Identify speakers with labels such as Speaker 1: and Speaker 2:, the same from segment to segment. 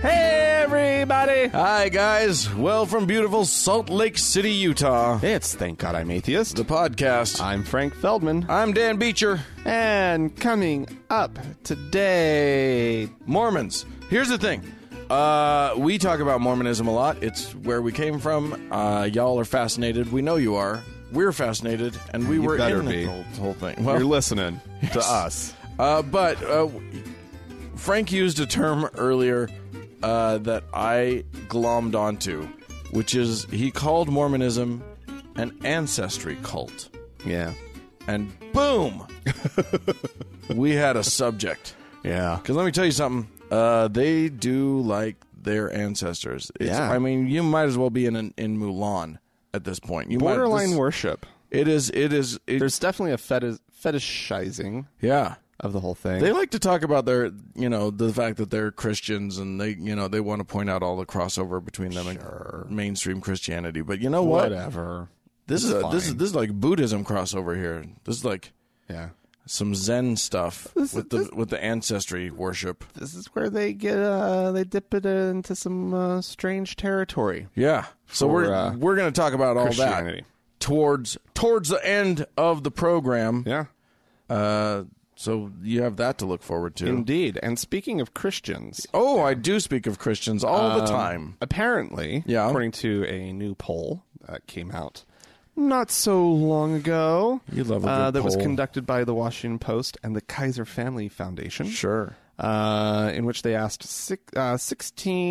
Speaker 1: Hey, everybody!
Speaker 2: Hi, guys. Well, from beautiful Salt Lake City, Utah,
Speaker 1: It's Thank God I'm Atheist.
Speaker 2: the podcast.
Speaker 1: I'm Frank Feldman.
Speaker 2: I'm Dan Beecher.
Speaker 1: And coming up today.
Speaker 2: Mormons. Here's the thing. Uh, we talk about Mormonism a lot. It's where we came from. Uh, y'all are fascinated. We know you are. We're fascinated, and we
Speaker 1: You
Speaker 2: were
Speaker 1: better
Speaker 2: in
Speaker 1: be.
Speaker 2: the whole, whole thing.
Speaker 1: You're
Speaker 2: Well,
Speaker 1: listening to us.
Speaker 2: uh, but uh, Frank used a term earlier uh, that I glommed onto, which is he called Mormonism an ancestry cult.
Speaker 1: Yeah.
Speaker 2: and boom, we had a subject.
Speaker 1: Yeah.
Speaker 2: Because let me tell you something, uh, they do like their ancestors. It's,
Speaker 1: Yeah.
Speaker 2: I mean, you might as well be in in, in Mulan at this point. You might-
Speaker 1: Borderline
Speaker 2: this-
Speaker 1: worship.
Speaker 2: It is. It is. It,
Speaker 1: There's definitely a feti- fetishizing
Speaker 2: yeah.
Speaker 1: of the whole thing.
Speaker 2: They like to talk about their, you know, the fact that they're Christians and they, you know, they want to point out all the crossover between them and mainstream Christianity. But you know what?
Speaker 1: Whatever.
Speaker 2: This is a, this is
Speaker 1: fine.
Speaker 2: this is like Buddhism crossover here. This is like
Speaker 1: Yeah.
Speaker 2: some Zen stuff with the with the ancestry worship.
Speaker 1: This is where they get, uh, they dip it into some uh, strange territory.
Speaker 2: Yeah. So
Speaker 1: For,
Speaker 2: we're
Speaker 1: uh,
Speaker 2: we're going to talk about all that
Speaker 1: Christianity.
Speaker 2: towards towards the end of the program.
Speaker 1: Yeah.
Speaker 2: Uh, so you have that to look forward to.
Speaker 1: Indeed. And speaking of Christians,
Speaker 2: Oh, I do speak of Christians all
Speaker 1: Um,
Speaker 2: the time.
Speaker 1: apparently,
Speaker 2: Yeah.
Speaker 1: according to a new poll that came out not so long ago,
Speaker 2: You love a
Speaker 1: uh,
Speaker 2: good
Speaker 1: that was
Speaker 2: poll.
Speaker 1: conducted by the Washington Post and the Kaiser Family Foundation,
Speaker 2: Sure.
Speaker 1: uh, in which they asked six, uh,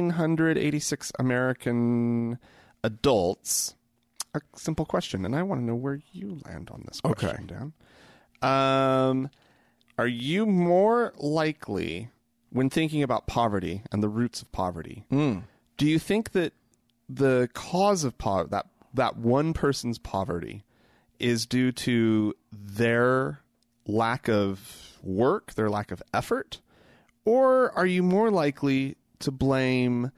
Speaker 1: 1,686 American adults a simple question, and I want to know where you land on this
Speaker 2: Okay.
Speaker 1: question, Dan. Um, are you more likely, when thinking about poverty and the roots of poverty,
Speaker 2: Hmm.
Speaker 1: do you think that the cause of poverty, that, that one person's poverty, is due to their lack of work, their lack of effort? Or are you more likely to blame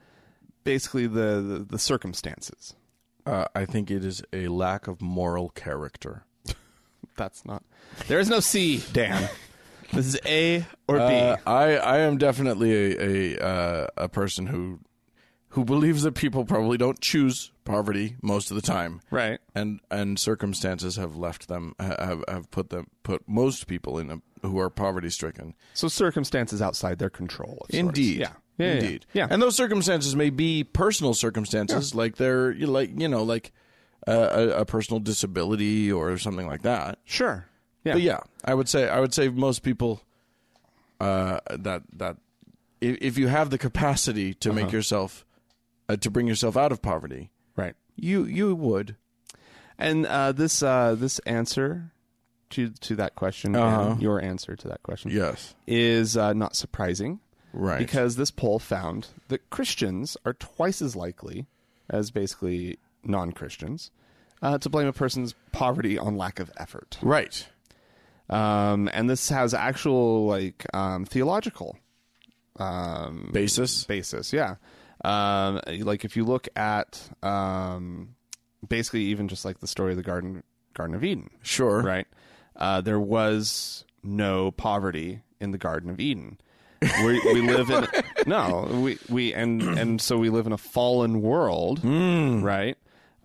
Speaker 1: basically the, the, the circumstances?
Speaker 2: Uh, I think it is a lack of moral character.
Speaker 1: That's not. There is no C, Dan. this is A or B.
Speaker 2: Uh, I I am definitely a a, uh, a person who who believes that people probably don't choose poverty most of the time.
Speaker 1: right.
Speaker 2: and and circumstances have left them ha- have have put them put most people in a, who are poverty stricken.
Speaker 1: So circumstances outside their control. of sorts. Yeah. Yeah, yeah, yeah.
Speaker 2: indeed,
Speaker 1: Yeah.
Speaker 2: And those circumstances may be personal circumstances, like they're you like you know like uh, a, a personal disability or something like that.
Speaker 1: sure. Yeah.
Speaker 2: But yeah, I would say I would say most people uh, that that if, if you have the capacity to make
Speaker 1: Uh-huh.
Speaker 2: yourself uh, to bring yourself out of poverty,
Speaker 1: Right.
Speaker 2: you you would.
Speaker 1: And uh, this uh, this answer to to that question, and
Speaker 2: Uh-huh.
Speaker 1: your answer to that question,
Speaker 2: Yes,
Speaker 1: is uh, not surprising
Speaker 2: right.
Speaker 1: because this poll found that Christians are twice as likely as basically non Christians uh, to blame a person's poverty on lack of effort.
Speaker 2: right.
Speaker 1: um, and this has actual like um, theological
Speaker 2: Basis.
Speaker 1: basis. Yeah, um, like if you look at um, basically even just like the story of the garden Garden of Eden,
Speaker 2: Sure.
Speaker 1: right? Uh, there was no poverty in the Garden of Eden. we, we live in no we we and and so we live in a fallen world,
Speaker 2: Hmm.
Speaker 1: right?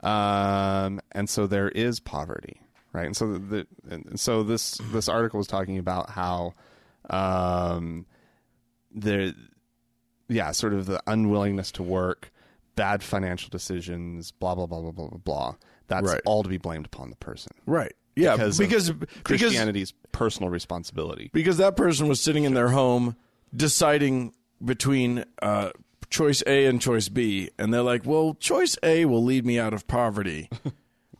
Speaker 1: Um, and so there is poverty, right? And so the, the and so this this article was talking about how, um, there, yeah, sort of the unwillingness to work, bad financial decisions, blah blah blah blah blah blah blah. That's
Speaker 2: Right.
Speaker 1: all to be blamed upon the person.
Speaker 2: Right. Yeah.
Speaker 1: because
Speaker 2: Because
Speaker 1: of
Speaker 2: because because,
Speaker 1: Christianity's personal responsibility.
Speaker 2: that person was sitting in their home deciding between uh, choice A and choice B, and they're like, well, choice A will lead me out of poverty,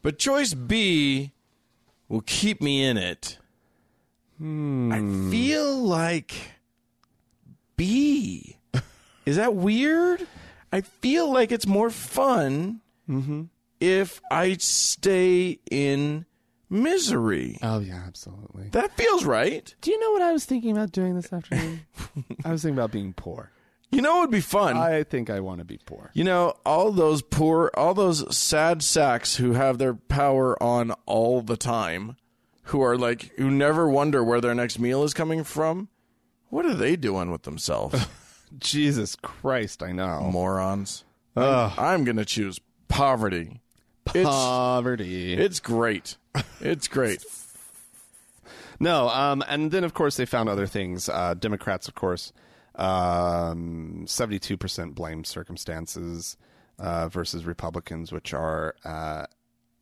Speaker 2: but choice B will keep me in it. I
Speaker 1: Hmm.
Speaker 2: feel like B. Is that weird? I feel like it's more fun
Speaker 1: Mm-hmm.
Speaker 2: if I stay in misery.
Speaker 1: Oh yeah, absolutely.
Speaker 2: That feels right.
Speaker 1: Do you know what I was thinking about doing this afternoon? Mm. I was thinking about being poor.
Speaker 2: You know, it would be fun.
Speaker 1: I think I want to be poor.
Speaker 2: You know, all those poor, all those sad sacks who have their power on all the time, who are like, who never wonder where their next meal is coming from. What are they doing with themselves?
Speaker 1: Jesus Christ, I know.
Speaker 2: Morons. I'm going to choose poverty. It's,
Speaker 1: Poverty.
Speaker 2: it's great. It's great.
Speaker 1: No, um, and then of course they found other things. Uh, Democrats, of course, um, seventy-two percent blame circumstances uh, versus Republicans, which are uh,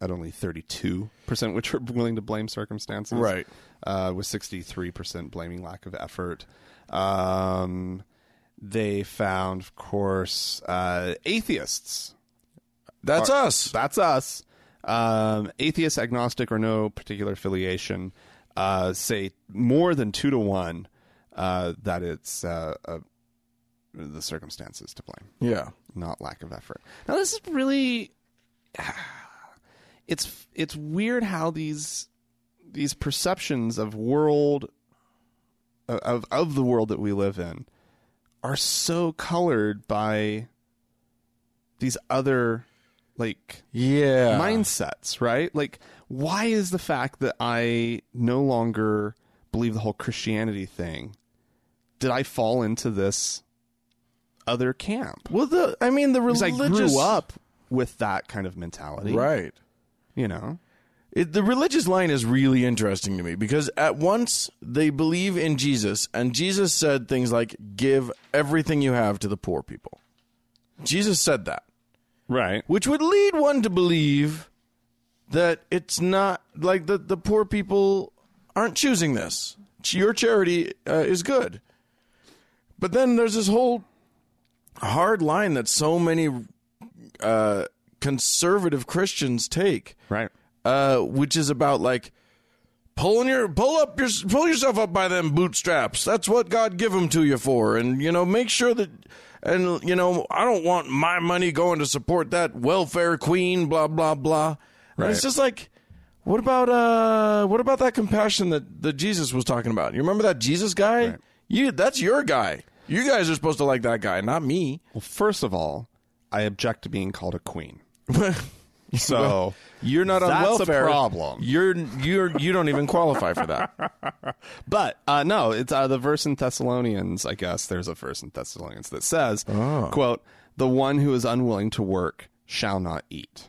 Speaker 1: at only thirty-two percent, which are willing to blame circumstances.
Speaker 2: Right.
Speaker 1: uh, with sixty-three percent blaming lack of effort. Um, they found, of course, uh, atheists
Speaker 2: That's us.
Speaker 1: that's us. Um, atheist, agnostic, or no particular affiliation, uh, say more than two to one uh, that it's uh, uh, the circumstances to blame,
Speaker 2: Yeah.
Speaker 1: not lack of effort. Now, this is really it's it's weird how these these perceptions of world of of the world that we live in are so colored by these other like
Speaker 2: Yeah.
Speaker 1: mindsets, right? Like, why is the fact that I no longer believe the whole Christianity thing? Did I fall into this other camp?
Speaker 2: well, the, I mean, the
Speaker 1: Because I
Speaker 2: religious.
Speaker 1: grew up with that kind of mentality,
Speaker 2: Right.
Speaker 1: You know,
Speaker 2: It, the religious line is really interesting to me because at once they believe in Jesus, and Jesus said things like, Give everything you have to the poor people. Jesus said that,
Speaker 1: right?
Speaker 2: which would lead one to believe that it's not like the, the poor people aren't choosing this. Ch- Your charity uh, is good. But then there's this whole hard line that so many uh, conservative Christians take
Speaker 1: Right.
Speaker 2: uh, which is about like pulling your pull up your pull yourself up by them bootstraps. That's what God give them to you for, and you know make sure that and you know I don't want my money going to support that welfare queen. Blah blah blah. And it's
Speaker 1: Right.
Speaker 2: just like. What about uh what about that compassion that, that Jesus was talking about? You remember that Jesus guy?
Speaker 1: Right.
Speaker 2: You that's your guy. You guys are supposed to like that guy, not me.
Speaker 1: Well, first of all, I object to being called a queen. So
Speaker 2: You're not on
Speaker 1: That's a
Speaker 2: welfare.
Speaker 1: problem.
Speaker 2: You're you're you don't even qualify for that.
Speaker 1: But uh, no, it's uh, the verse in Thessalonians. I guess there's a verse in Thessalonians that says,
Speaker 2: Oh.
Speaker 1: "quote The one who is unwilling to work shall not eat."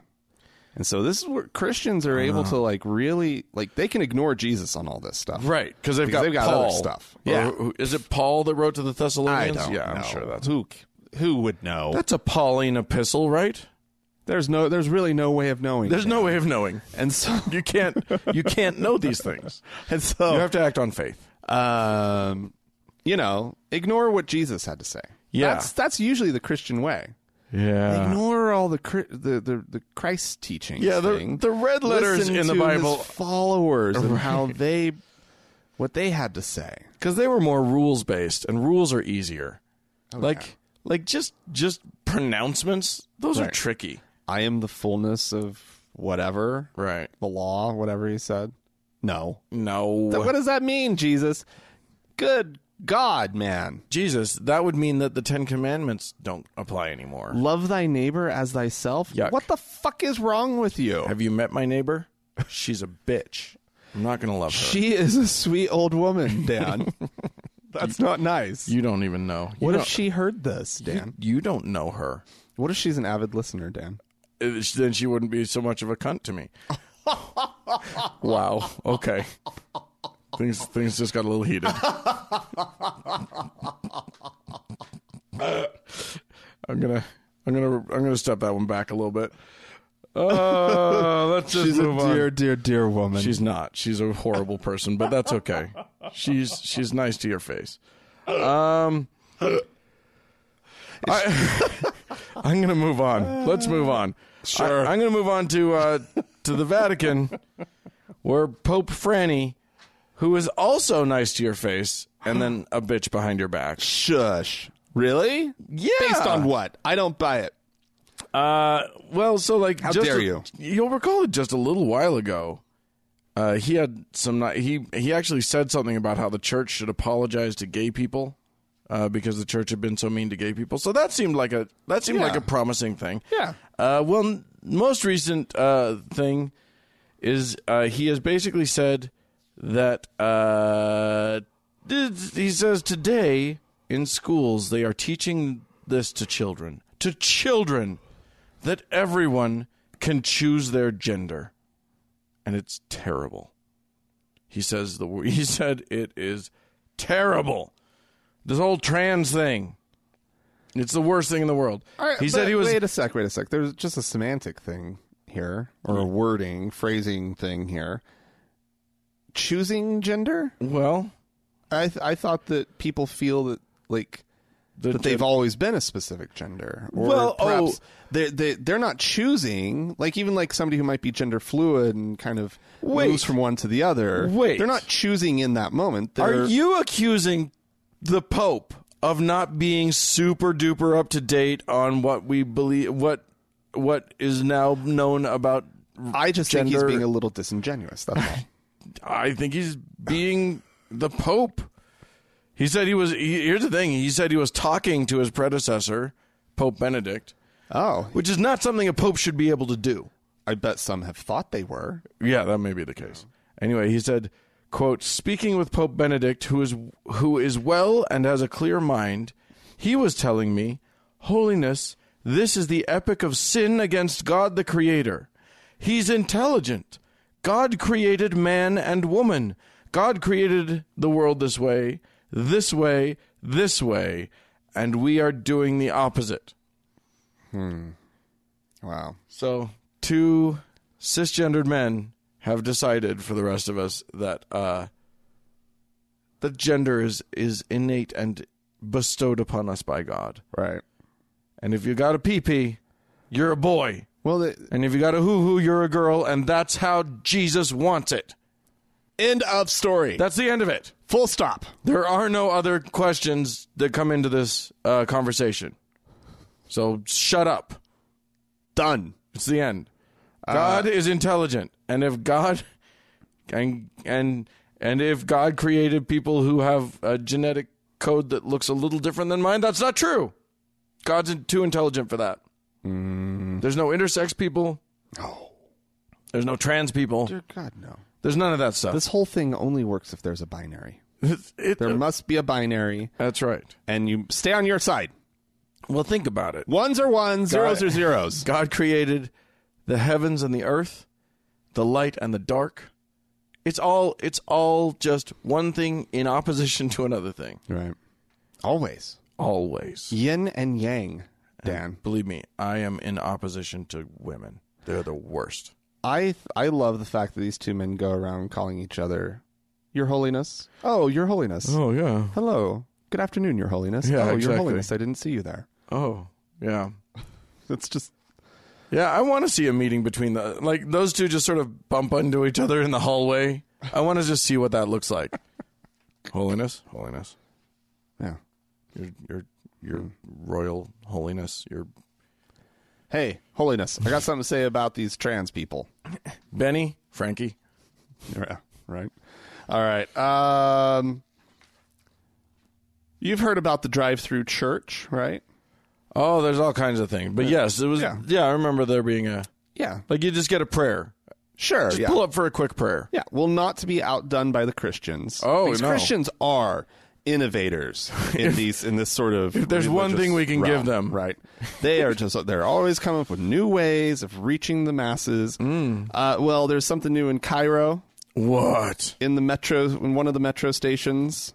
Speaker 1: And so this is where Christians are able
Speaker 2: Uh-huh.
Speaker 1: to like really like they can ignore Jesus on all this stuff,
Speaker 2: Right, because they've got
Speaker 1: they've got
Speaker 2: Paul.
Speaker 1: other stuff.
Speaker 2: Or
Speaker 1: Yeah,
Speaker 2: who- is it Paul that wrote to the
Speaker 1: I
Speaker 2: Thessalonians?
Speaker 1: don't
Speaker 2: yeah,
Speaker 1: know.
Speaker 2: I'm sure that's
Speaker 1: who who would know.
Speaker 2: that's a Pauline epistle, right?
Speaker 1: There's no, there's really no way of knowing.
Speaker 2: There's no way of knowing.
Speaker 1: and so
Speaker 2: You can't you can't know these things.
Speaker 1: and so
Speaker 2: You have to act on faith.
Speaker 1: um, you know, ignore what Jesus had to say.
Speaker 2: Yeah.
Speaker 1: that's that's usually the Christian way. Uh,
Speaker 2: Yeah,
Speaker 1: ignore all the cri- the, the the Christ teaching.
Speaker 2: Yeah, the-
Speaker 1: thing.
Speaker 2: the red letters
Speaker 1: Listen
Speaker 2: in the
Speaker 1: to
Speaker 2: Bible-
Speaker 1: his followers and how they what they had to say.
Speaker 2: because they were more rules based, and rules are easier. like like just just pronouncements. Those are
Speaker 1: Right.
Speaker 2: tricky.
Speaker 1: I am the fullness of whatever
Speaker 2: Right.
Speaker 1: the law, whatever he said. No,
Speaker 2: No.
Speaker 1: Th- what does that mean, Jesus? Good God, man!
Speaker 2: Jesus, that would mean that the Ten Commandments don't apply anymore.
Speaker 1: Love thy neighbor as thyself.
Speaker 2: Yuck.
Speaker 1: What the fuck is wrong with you?
Speaker 2: Have you met my neighbor? She's a bitch. I'm not gonna love her.
Speaker 1: She is a sweet old woman, Dan. That's not nice.
Speaker 2: you don't even know. You
Speaker 1: what if
Speaker 2: don't-
Speaker 1: she heard this, Dan?
Speaker 2: You don't know her.
Speaker 1: What if she's an avid listener, Dan?
Speaker 2: Uh, sh- Then she wouldn't be so much of a cunt to me. wow. Okay. Things things just got a little heated. I'm gonna I'm gonna I'm gonna step that one back a little bit. Uh, let's just
Speaker 1: She's a
Speaker 2: move on.
Speaker 1: dear, dear, dear woman.
Speaker 2: She's not. She's a horrible person, but that's okay. She's she's nice to your face. Um, I'm going to move on. Let's move on. Sure. I, am going to move on to uh, to the Vatican, where Pope Franny, who is also nice to your face and then a bitch behind your back.
Speaker 1: Shush. Really?
Speaker 2: Yeah.
Speaker 1: Based on what? I don't buy it.
Speaker 2: Uh, well, so like, how just
Speaker 1: dare
Speaker 2: a-
Speaker 1: you.
Speaker 2: You'll recall it just a little while ago. Uh, he had some. ni- He he actually said something about how the church should apologize to gay people, uh, because the church had been so mean to gay people. So that seemed like a that seemed like
Speaker 1: Yeah.
Speaker 2: a promising thing.
Speaker 1: Yeah.
Speaker 2: Uh, well, n- most recent uh thing is uh he has basically said that uh this- he says today in schools they are teaching this to children to children that everyone can choose their gender. And it's terrible. He says the wo- he said it is terrible. This whole trans thing. It's the worst thing in the world. he said he was
Speaker 1: Wait a sec. Wait a sec. There's just a semantic thing here, or a wording, phrasing thing here. Choosing gender.
Speaker 2: well,
Speaker 1: I th- I thought that people feel that like
Speaker 2: the,
Speaker 1: that they've always been a specific gender. Or
Speaker 2: Well,
Speaker 1: perhaps
Speaker 2: oh.
Speaker 1: they they they're not choosing. Like even like somebody who might be gender fluid and kind of
Speaker 2: Wait.
Speaker 1: moves from one to the other.
Speaker 2: Wait.
Speaker 1: they're not choosing in that moment. They're,
Speaker 2: Are you accusing the Pope of not being super duper up to date on what we believe what what is now known about
Speaker 1: I just think he's
Speaker 2: gender-
Speaker 1: being a little disingenuous. That's all.
Speaker 2: I think he's being the Pope. He said he was. He, here's the thing. He said he was talking to his predecessor, Pope Benedict,
Speaker 1: oh,
Speaker 2: which is not something a Pope should be able to do.
Speaker 1: I bet some have thought they were.
Speaker 2: Yeah, that may be the case. Anyway, he said, quote, speaking with Pope Benedict, who is who is well and has a clear mind, he was telling me, Holiness, this is the epic of sin against God the Creator. He's intelligent. God created man and woman. God created the world this way, this way, this way, and we are doing the opposite.
Speaker 1: Wow.
Speaker 2: So two cisgendered men have decided for the rest of us that uh that gender is is innate and bestowed upon us by God.
Speaker 1: Right.
Speaker 2: And if you got a pee pee, you're a boy.
Speaker 1: Well, the
Speaker 2: And if you got a hoo hoo, you're a girl, and that's how Jesus wants it.
Speaker 1: end of story.
Speaker 2: That's the end of it.
Speaker 1: Full stop.
Speaker 2: There are no other questions that come into this uh, conversation. So shut up.
Speaker 1: Done.
Speaker 2: It's the end. Uh, God is intelligent, and if God and and and if God created people who have a genetic code that looks a little different than mine, that's not true. God's in, too intelligent for that. There's no intersex people.
Speaker 1: Oh,
Speaker 2: There's no trans people.
Speaker 1: dear God, no.
Speaker 2: There's none of that stuff.
Speaker 1: This whole thing only works if there's a binary.
Speaker 2: It-
Speaker 1: There must be a binary,
Speaker 2: that's right.
Speaker 1: and you stay on your side.
Speaker 2: Well, think about it.
Speaker 1: Ones are ones, zeros
Speaker 2: it.
Speaker 1: are zeros.
Speaker 2: God created the heavens and the earth, the light and the dark. It's all it's all just one thing in opposition to another thing.
Speaker 1: Right. Always.
Speaker 2: Always.
Speaker 1: Yin and yang, Dan.
Speaker 2: Believe me, I am in opposition to women. They're the worst.
Speaker 1: I th- I love the fact that these two men go around calling each other, Your Holiness. Oh, Your Holiness.
Speaker 2: Oh yeah.
Speaker 1: Hello. Good afternoon, Your Holiness.
Speaker 2: Yeah,
Speaker 1: oh, Your
Speaker 2: exactly.
Speaker 1: Holiness. I didn't see you there.
Speaker 2: Oh yeah.
Speaker 1: It's just
Speaker 2: Yeah, I want to see a meeting between the like those two just sort of bump into each other in the hallway. I want to just see what that looks like. holiness, holiness,
Speaker 1: yeah.
Speaker 2: your your your royal holiness, your
Speaker 1: Hey, Holiness. I got something to say about these trans people.
Speaker 2: Benny, Frankie.
Speaker 1: Yeah, right. All right. Um, you've heard about the drive-through church, right?
Speaker 2: Oh, there's all kinds of things. But yes, it was.
Speaker 1: Yeah.
Speaker 2: Yeah. I remember there being a
Speaker 1: Yeah,
Speaker 2: like you just get a prayer.
Speaker 1: sure.
Speaker 2: Just
Speaker 1: yeah.
Speaker 2: pull up for a quick prayer.
Speaker 1: Yeah, well, not to be outdone by the Christians.
Speaker 2: Oh,
Speaker 1: Because
Speaker 2: no.
Speaker 1: Christians are innovators in these in this sort of. If
Speaker 2: there's one thing we can give them.
Speaker 1: right? They are just they're always coming up with new ways of reaching the masses.
Speaker 2: Mm.
Speaker 1: Uh, well, there's something new in Cairo.
Speaker 2: What?
Speaker 1: in the metro in one of the metro stations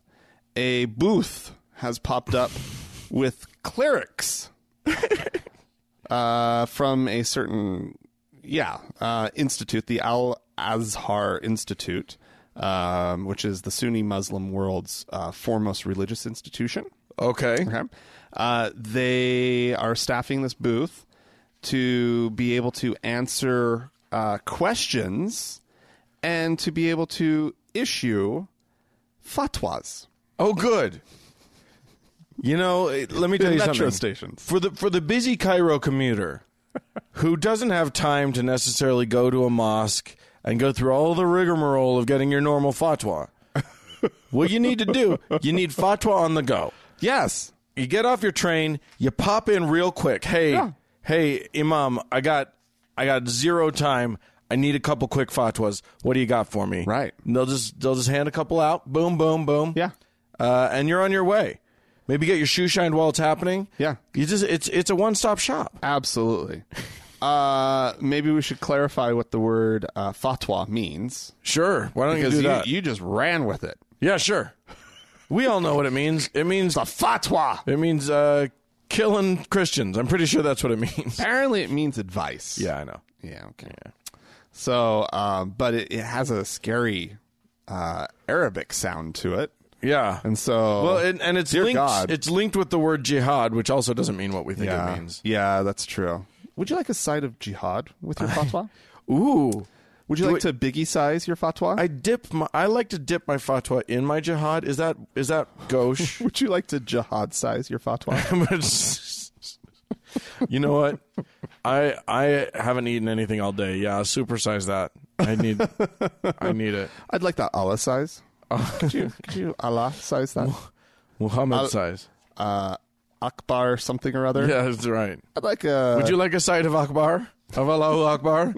Speaker 1: a booth has popped up with clerics uh, from a certain yeah uh, institute the al azhar institute um, which is the sunni muslim world's uh, foremost religious institution
Speaker 2: Okay.
Speaker 1: okay Uh, they are staffing this booth to be able to answer uh, questions and to be able to issue fatwas.
Speaker 2: Oh, good. You know, it- let me tell you
Speaker 1: Metro
Speaker 2: something.
Speaker 1: stations.
Speaker 2: for the for the busy Cairo commuter who doesn't have time to necessarily go to a mosque and go through all the rigmarole of getting your normal fatwa. what you need to do, you need fatwa on the go.
Speaker 1: Yes.
Speaker 2: You get off your train, you pop in real quick. Hey,
Speaker 1: Yeah.
Speaker 2: hey, Imam, I got I got zero time. I need a couple quick fatwas. What do you got for me?
Speaker 1: Right.
Speaker 2: And they'll just they'll just hand a couple out. Boom, boom, boom.
Speaker 1: Yeah.
Speaker 2: Uh, and you're on your way. Maybe get your shoe shined while it's happening.
Speaker 1: Yeah.
Speaker 2: You just it's it's a one stop shop.
Speaker 1: Absolutely. Uh, maybe we should clarify what the word uh, fatwa means
Speaker 2: Sure. Why don't
Speaker 1: because
Speaker 2: you do
Speaker 1: you,
Speaker 2: that?
Speaker 1: you just ran with it.
Speaker 2: yeah, sure. We all know what it means. It means
Speaker 1: The fatwa.
Speaker 2: it means uh, killing Christians. I'm pretty sure that's what it means.
Speaker 1: Apparently, it means advice.
Speaker 2: Yeah, I know.
Speaker 1: Yeah. Okay. So, um, but it, it has a scary uh, Arabic sound to it,
Speaker 2: Yeah.
Speaker 1: and so
Speaker 2: Well, and, and it's
Speaker 1: dear
Speaker 2: linked.
Speaker 1: God.
Speaker 2: It's linked with the word jihad, which also doesn't mean what we think
Speaker 1: yeah,
Speaker 2: it means.
Speaker 1: yeah, that's true. Would you like a side of jihad with your fatwa?
Speaker 2: Ooh,
Speaker 1: Would you
Speaker 2: Do
Speaker 1: like to biggie size your fatwa?
Speaker 2: I dip. My, I like to dip my fatwa in my jihad. Is that is that gauche?
Speaker 1: Would you like to jihad size your fatwa?
Speaker 2: I'm gonna s- you know what? I I haven't eaten anything all day. Yeah, supersize that. I need I need it.
Speaker 1: I'd like that Allah size.
Speaker 2: Oh.
Speaker 1: could you could you Allah size that?
Speaker 2: Muhammad size.
Speaker 1: Uh, Akbar something or other.
Speaker 2: Yeah, that's right.
Speaker 1: I'd like a.
Speaker 2: Would you like a side of Akbar? Of Allahu Akbar?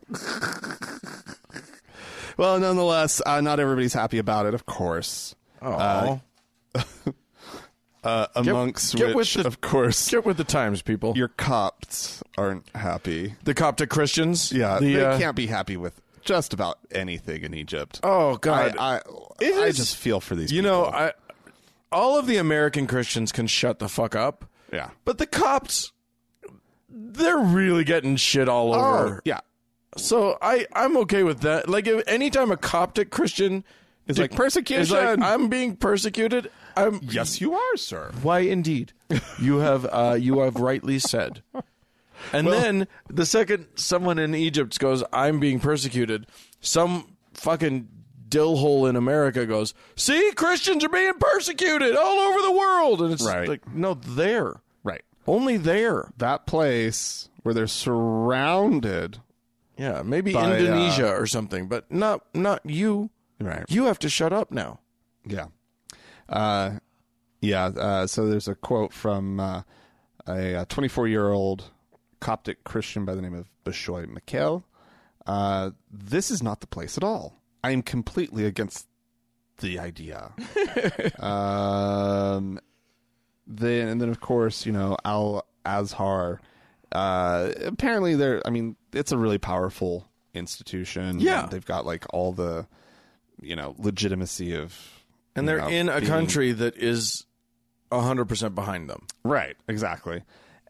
Speaker 1: Well, nonetheless, uh, not everybody's happy about it, of course.
Speaker 2: Oh.
Speaker 1: Uh, amongst
Speaker 2: get with
Speaker 1: which,
Speaker 2: the-
Speaker 1: of course,
Speaker 2: Get with the times, people.
Speaker 1: your Copts aren't happy.
Speaker 2: the Coptic Christians?
Speaker 1: Yeah,
Speaker 2: The,
Speaker 1: they
Speaker 2: uh,
Speaker 1: can't be happy with just about anything in Egypt.
Speaker 2: Oh
Speaker 1: I,
Speaker 2: god.
Speaker 1: I,
Speaker 2: It
Speaker 1: I
Speaker 2: is-
Speaker 1: just feel for these.
Speaker 2: you know, I all of the American Christians can shut the fuck up.
Speaker 1: yeah.
Speaker 2: But the Copts they're really getting shit all over.
Speaker 1: yeah.
Speaker 2: So I I'm okay with that. Like if anytime a Coptic Christian is
Speaker 1: like,
Speaker 2: is
Speaker 1: "Persecution!"
Speaker 2: like, I'm being persecuted. I'm
Speaker 1: Yes, you are, sir.
Speaker 2: Why indeed? You have uh, you have rightly said. And then the second someone in Egypt goes, I'm being persecuted. Some fucking dill hole in America goes, see Christians are being persecuted all over the world, and it's
Speaker 1: Right.
Speaker 2: like no, there,
Speaker 1: Right.
Speaker 2: only there.
Speaker 1: That place where they're surrounded.
Speaker 2: Yeah, maybe
Speaker 1: By, uh,
Speaker 2: Indonesia or something, but not not you.
Speaker 1: Right.
Speaker 2: You have to shut up now.
Speaker 1: Yeah. Uh, yeah. Uh, so there's a quote from uh, a 24 year old Coptic Christian by the name of Bashoy Mikhail. Uh, this is not the place at all. I am completely against the idea. um, then and then of course you know Al Azhar. Uh, apparently they're. I mean, it's a really powerful institution.
Speaker 2: Yeah.
Speaker 1: they've got like all the you know legitimacy of
Speaker 2: And
Speaker 1: you
Speaker 2: they're
Speaker 1: know,
Speaker 2: in a
Speaker 1: being-
Speaker 2: country that is 100% behind them.
Speaker 1: right exactly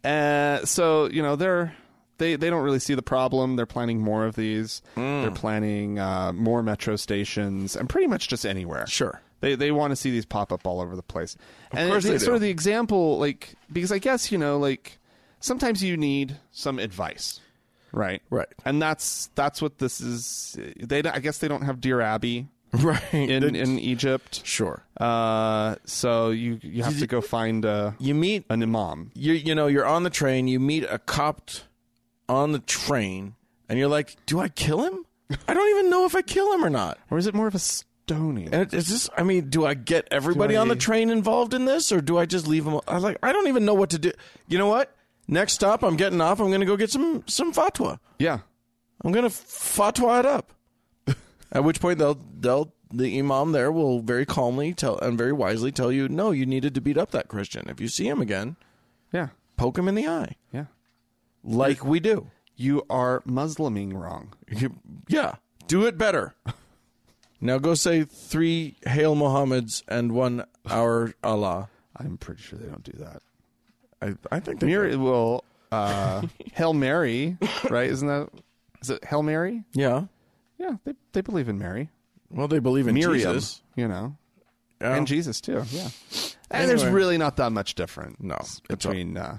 Speaker 1: uh, so you know they're they they don't really see the problem they're planning more of these
Speaker 2: Mm.
Speaker 1: they're planning uh, more metro stations and pretty much just anywhere
Speaker 2: Sure.
Speaker 1: they they want to see these pop up all over the place and
Speaker 2: course
Speaker 1: it's,
Speaker 2: they
Speaker 1: it's sort
Speaker 2: do.
Speaker 1: of the example like because i guess you know like sometimes you need some advice right
Speaker 2: Right.
Speaker 1: and that's that's what this is they don't- i guess they don't have deer abbey
Speaker 2: Right.
Speaker 1: in
Speaker 2: It's-
Speaker 1: in egypt
Speaker 2: sure.
Speaker 1: Uh, so you you have to go find uh,
Speaker 2: You meet
Speaker 1: an imam.
Speaker 2: you you know, you're on the train, you meet a copt on the train and you're like, "Do I kill him? I don't even know if I kill him or not."
Speaker 1: Or is it more of a stoning?
Speaker 2: And it- it's just I mean, do I get everybody on the
Speaker 1: I-
Speaker 2: train involved in this or do I just leave them I like I don't even know what to do. You know what? Next stop, I'm getting off. I'm going to go get some some fatwa.
Speaker 1: Yeah.
Speaker 2: I'm gonna fatwa it up. At which point they'll they'll the imam there will very calmly tell and very wisely tell you, no, you needed to beat up that Christian. If you see him again,
Speaker 1: Yeah.
Speaker 2: poke him in the eye,
Speaker 1: Yeah.
Speaker 2: like we do.
Speaker 1: You are Musliming wrong.
Speaker 2: You- yeah, do it better. Now go say three hail Muhammads and one our Allah.
Speaker 1: I'm pretty sure they don't do that.
Speaker 2: I, I think they
Speaker 1: Mir- well, uh, Hail Mary, right? Isn't that is it Hail Mary?
Speaker 2: yeah.
Speaker 1: Yeah, they they believe in Mary,
Speaker 2: Well, they believe in
Speaker 1: Miriam,
Speaker 2: Jesus.
Speaker 1: you know,
Speaker 2: Yeah.
Speaker 1: and Jesus too. Yeah. And there's really not that much different.
Speaker 2: No,
Speaker 1: s-
Speaker 2: it's a-
Speaker 1: between uh,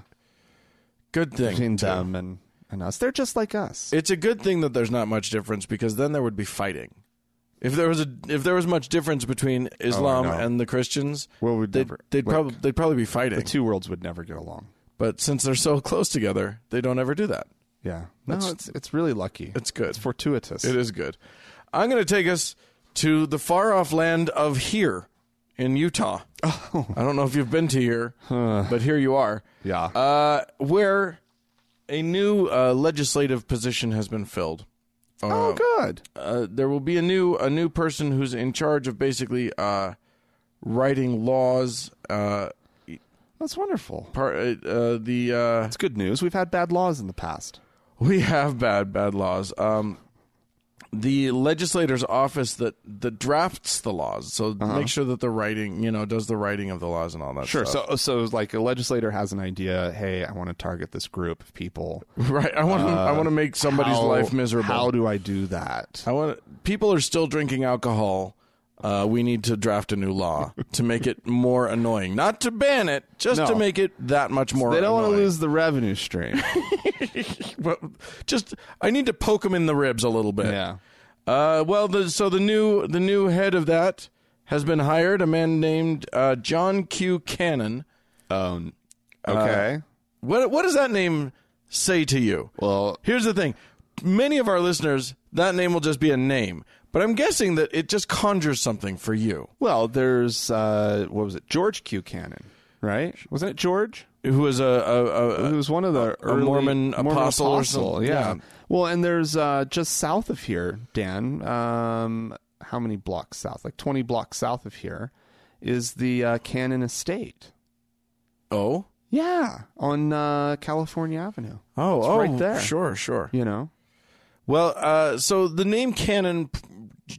Speaker 2: Good thing.
Speaker 1: between
Speaker 2: too.
Speaker 1: them and, and us, they're just like us.
Speaker 2: It's a good thing that there's not much difference because then there would be fighting. If there was a if there was much difference between Islam
Speaker 1: no.
Speaker 2: and the Christians,
Speaker 1: Oh, Well, we'd
Speaker 2: they'd,
Speaker 1: never-
Speaker 2: they'd
Speaker 1: like-
Speaker 2: probably they'd probably be fighting.
Speaker 1: the two worlds would never get along.
Speaker 2: But since they're so close together, they don't ever do that.
Speaker 1: Yeah, no, it's it's really lucky.
Speaker 2: It's good.
Speaker 1: It's fortuitous.
Speaker 2: It is good. I'm going to take us to the far off land of here in Utah. I don't know if you've been to here, but here you are.
Speaker 1: Oh. Yeah.
Speaker 2: Uh, where a new uh, legislative position has been filled.
Speaker 1: oh, good.
Speaker 2: Uh, there will be a new a new person who's in charge of basically uh, writing laws. Uh,
Speaker 1: That's wonderful.
Speaker 2: par- uh, uh, the uh,
Speaker 1: It's good news. We've had bad laws in the past.
Speaker 2: We have bad, bad laws. Um, the legislator's office that, that drafts the laws, so make sure that the writing, you know, does the writing of the laws and all that.
Speaker 1: Uh-huh. Sure.
Speaker 2: stuff.
Speaker 1: So, so like a legislator has an idea. Hey, I want to target this group of people.
Speaker 2: right, I want to I want to make somebody's
Speaker 1: Uh, How-
Speaker 2: life miserable.
Speaker 1: How do I do that?
Speaker 2: I want people are still drinking alcohol. Uh, we need to draft a new law to make it more annoying, not to ban it, just
Speaker 1: No.
Speaker 2: to make it that much more.
Speaker 1: They don't want to
Speaker 2: annoying.
Speaker 1: lose the revenue stream.
Speaker 2: But just I need to poke him in the ribs a little bit.
Speaker 1: Yeah.
Speaker 2: Uh, well, the, so the new the new head of that has been hired, a man named uh, John Q. Cannon.
Speaker 1: um. Okay.
Speaker 2: What what does that name say to you?
Speaker 1: well,
Speaker 2: Here's the thing: many of our listeners, that name will just be a name, but I'm guessing that it just conjures something for you,
Speaker 1: well, there's uh, what was it? George Q. Cannon, right? Wasn't it George?
Speaker 2: who is a, a, a,
Speaker 1: He was one of the
Speaker 2: a
Speaker 1: early-
Speaker 2: Mormon apostle or something.
Speaker 1: Yeah.
Speaker 2: Yeah.
Speaker 1: Well, and there's uh, just south of here, Dan. Um, how many blocks south? Like 20 blocks south of here is the uh, Cannon Estate.
Speaker 2: oh
Speaker 1: Yeah, on uh, California Avenue.
Speaker 2: oh
Speaker 1: It's
Speaker 2: oh
Speaker 1: right there.
Speaker 2: Sure, sure.
Speaker 1: You know,
Speaker 2: Well, uh, so the name Cannon p-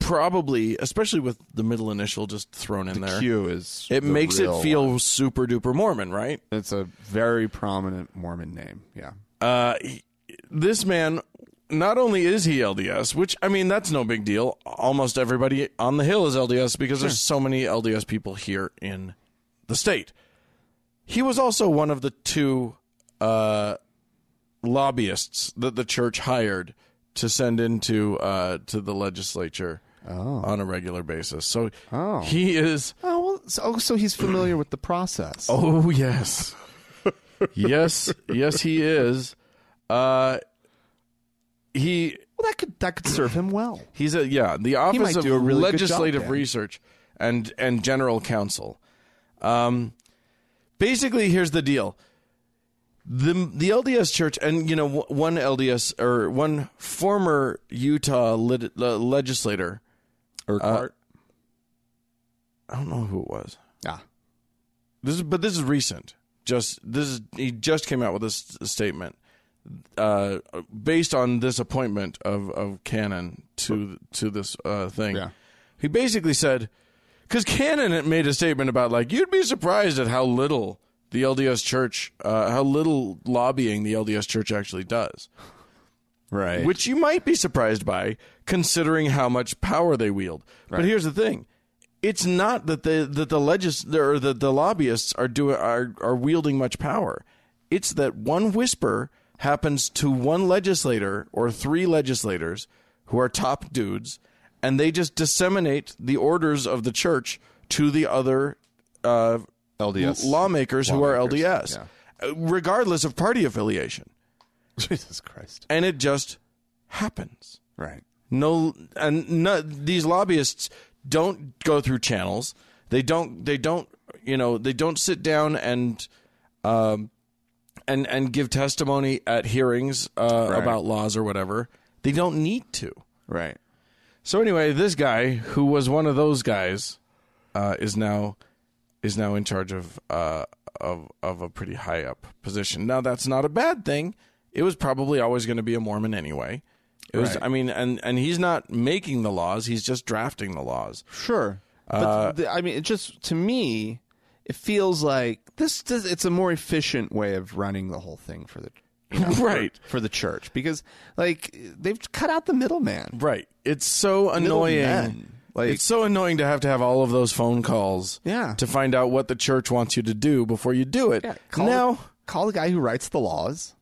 Speaker 2: probably, especially with the middle initial just thrown in there,
Speaker 1: Q is.
Speaker 2: it
Speaker 1: the
Speaker 2: makes it
Speaker 1: real
Speaker 2: feel
Speaker 1: one.
Speaker 2: super duper Mormon, right?
Speaker 1: It's a very prominent Mormon name. Yeah.
Speaker 2: Uh, he- this man, not only is he LDS, which I mean that's no big deal. Almost everybody on the Hill is LDS because there's so many LDS people here in the state. He was also one of the two uh, lobbyists that the church hired to send into uh, to the legislature on a regular basis. So he is.
Speaker 1: Oh well. So, oh, so he's familiar with the process.
Speaker 2: Oh yes, yes, yes. He is. Uh, he
Speaker 1: well, that could that could serve him well.
Speaker 2: He's a yeah, the office
Speaker 1: might
Speaker 2: of
Speaker 1: do a really good job,
Speaker 2: legislative
Speaker 1: Dan.
Speaker 2: research and and general counsel. Um, basically, here's the deal: the the LDS Church and you know w- one LDS or one former Utah lit, le- legislator.
Speaker 1: Urquhart.
Speaker 2: I don't know who it was.
Speaker 1: ah.
Speaker 2: This is but this is recent. Just this is he just came out with this s- statement. Uh, based on this appointment of, of Cannon to to this uh, thing,
Speaker 1: Yeah.
Speaker 2: he basically said, because Cannon had made a statement about like you'd be surprised at how little the LDS Church, uh, how little lobbying the LDS Church actually does,
Speaker 1: Right.
Speaker 2: which you might be surprised by considering how much power they wield. But here's the thing: it's not that the that the legis or that the lobbyists are doing are are wielding much power. It's that one whisper happens to one legislator or three legislators who are top dudes, and they just disseminate the orders of the church to the other uh,
Speaker 1: LDS
Speaker 2: lawmakers, who are
Speaker 1: Lawmakers,
Speaker 2: LDS, uh, regardless of party affiliation,
Speaker 1: Jesus Christ.
Speaker 2: and it just happens.
Speaker 1: Right.
Speaker 2: No, and no, these lobbyists don't go through channels. They don't. They don't. You know, they don't sit down and, um, and and give testimony at hearings uh,
Speaker 1: Right.
Speaker 2: about laws or whatever. They don't need to.
Speaker 1: Right.
Speaker 2: So anyway, this guy who was one of those guys uh, is now is now in charge of uh, of of a pretty high up position. Now that's not a bad thing. It was probably always going to be a Mormon anyway. It was.
Speaker 1: Right.
Speaker 2: I mean, and and he's not making the laws. He's just drafting the laws.
Speaker 1: Sure. But the, I mean, it just to me, it feels like this. Does, it's a more efficient way of running the whole thing for the you know, for-
Speaker 2: Right.
Speaker 1: for, the church because like they've cut out the middleman.
Speaker 2: Right. It's so
Speaker 1: Middlemen.
Speaker 2: annoying.
Speaker 1: Like
Speaker 2: it's so annoying to have to have all of those phone calls.
Speaker 1: Yeah.
Speaker 2: To find out what the church wants you to do before you do it.
Speaker 1: yeah, call
Speaker 2: now,
Speaker 1: the, call the guy who writes the laws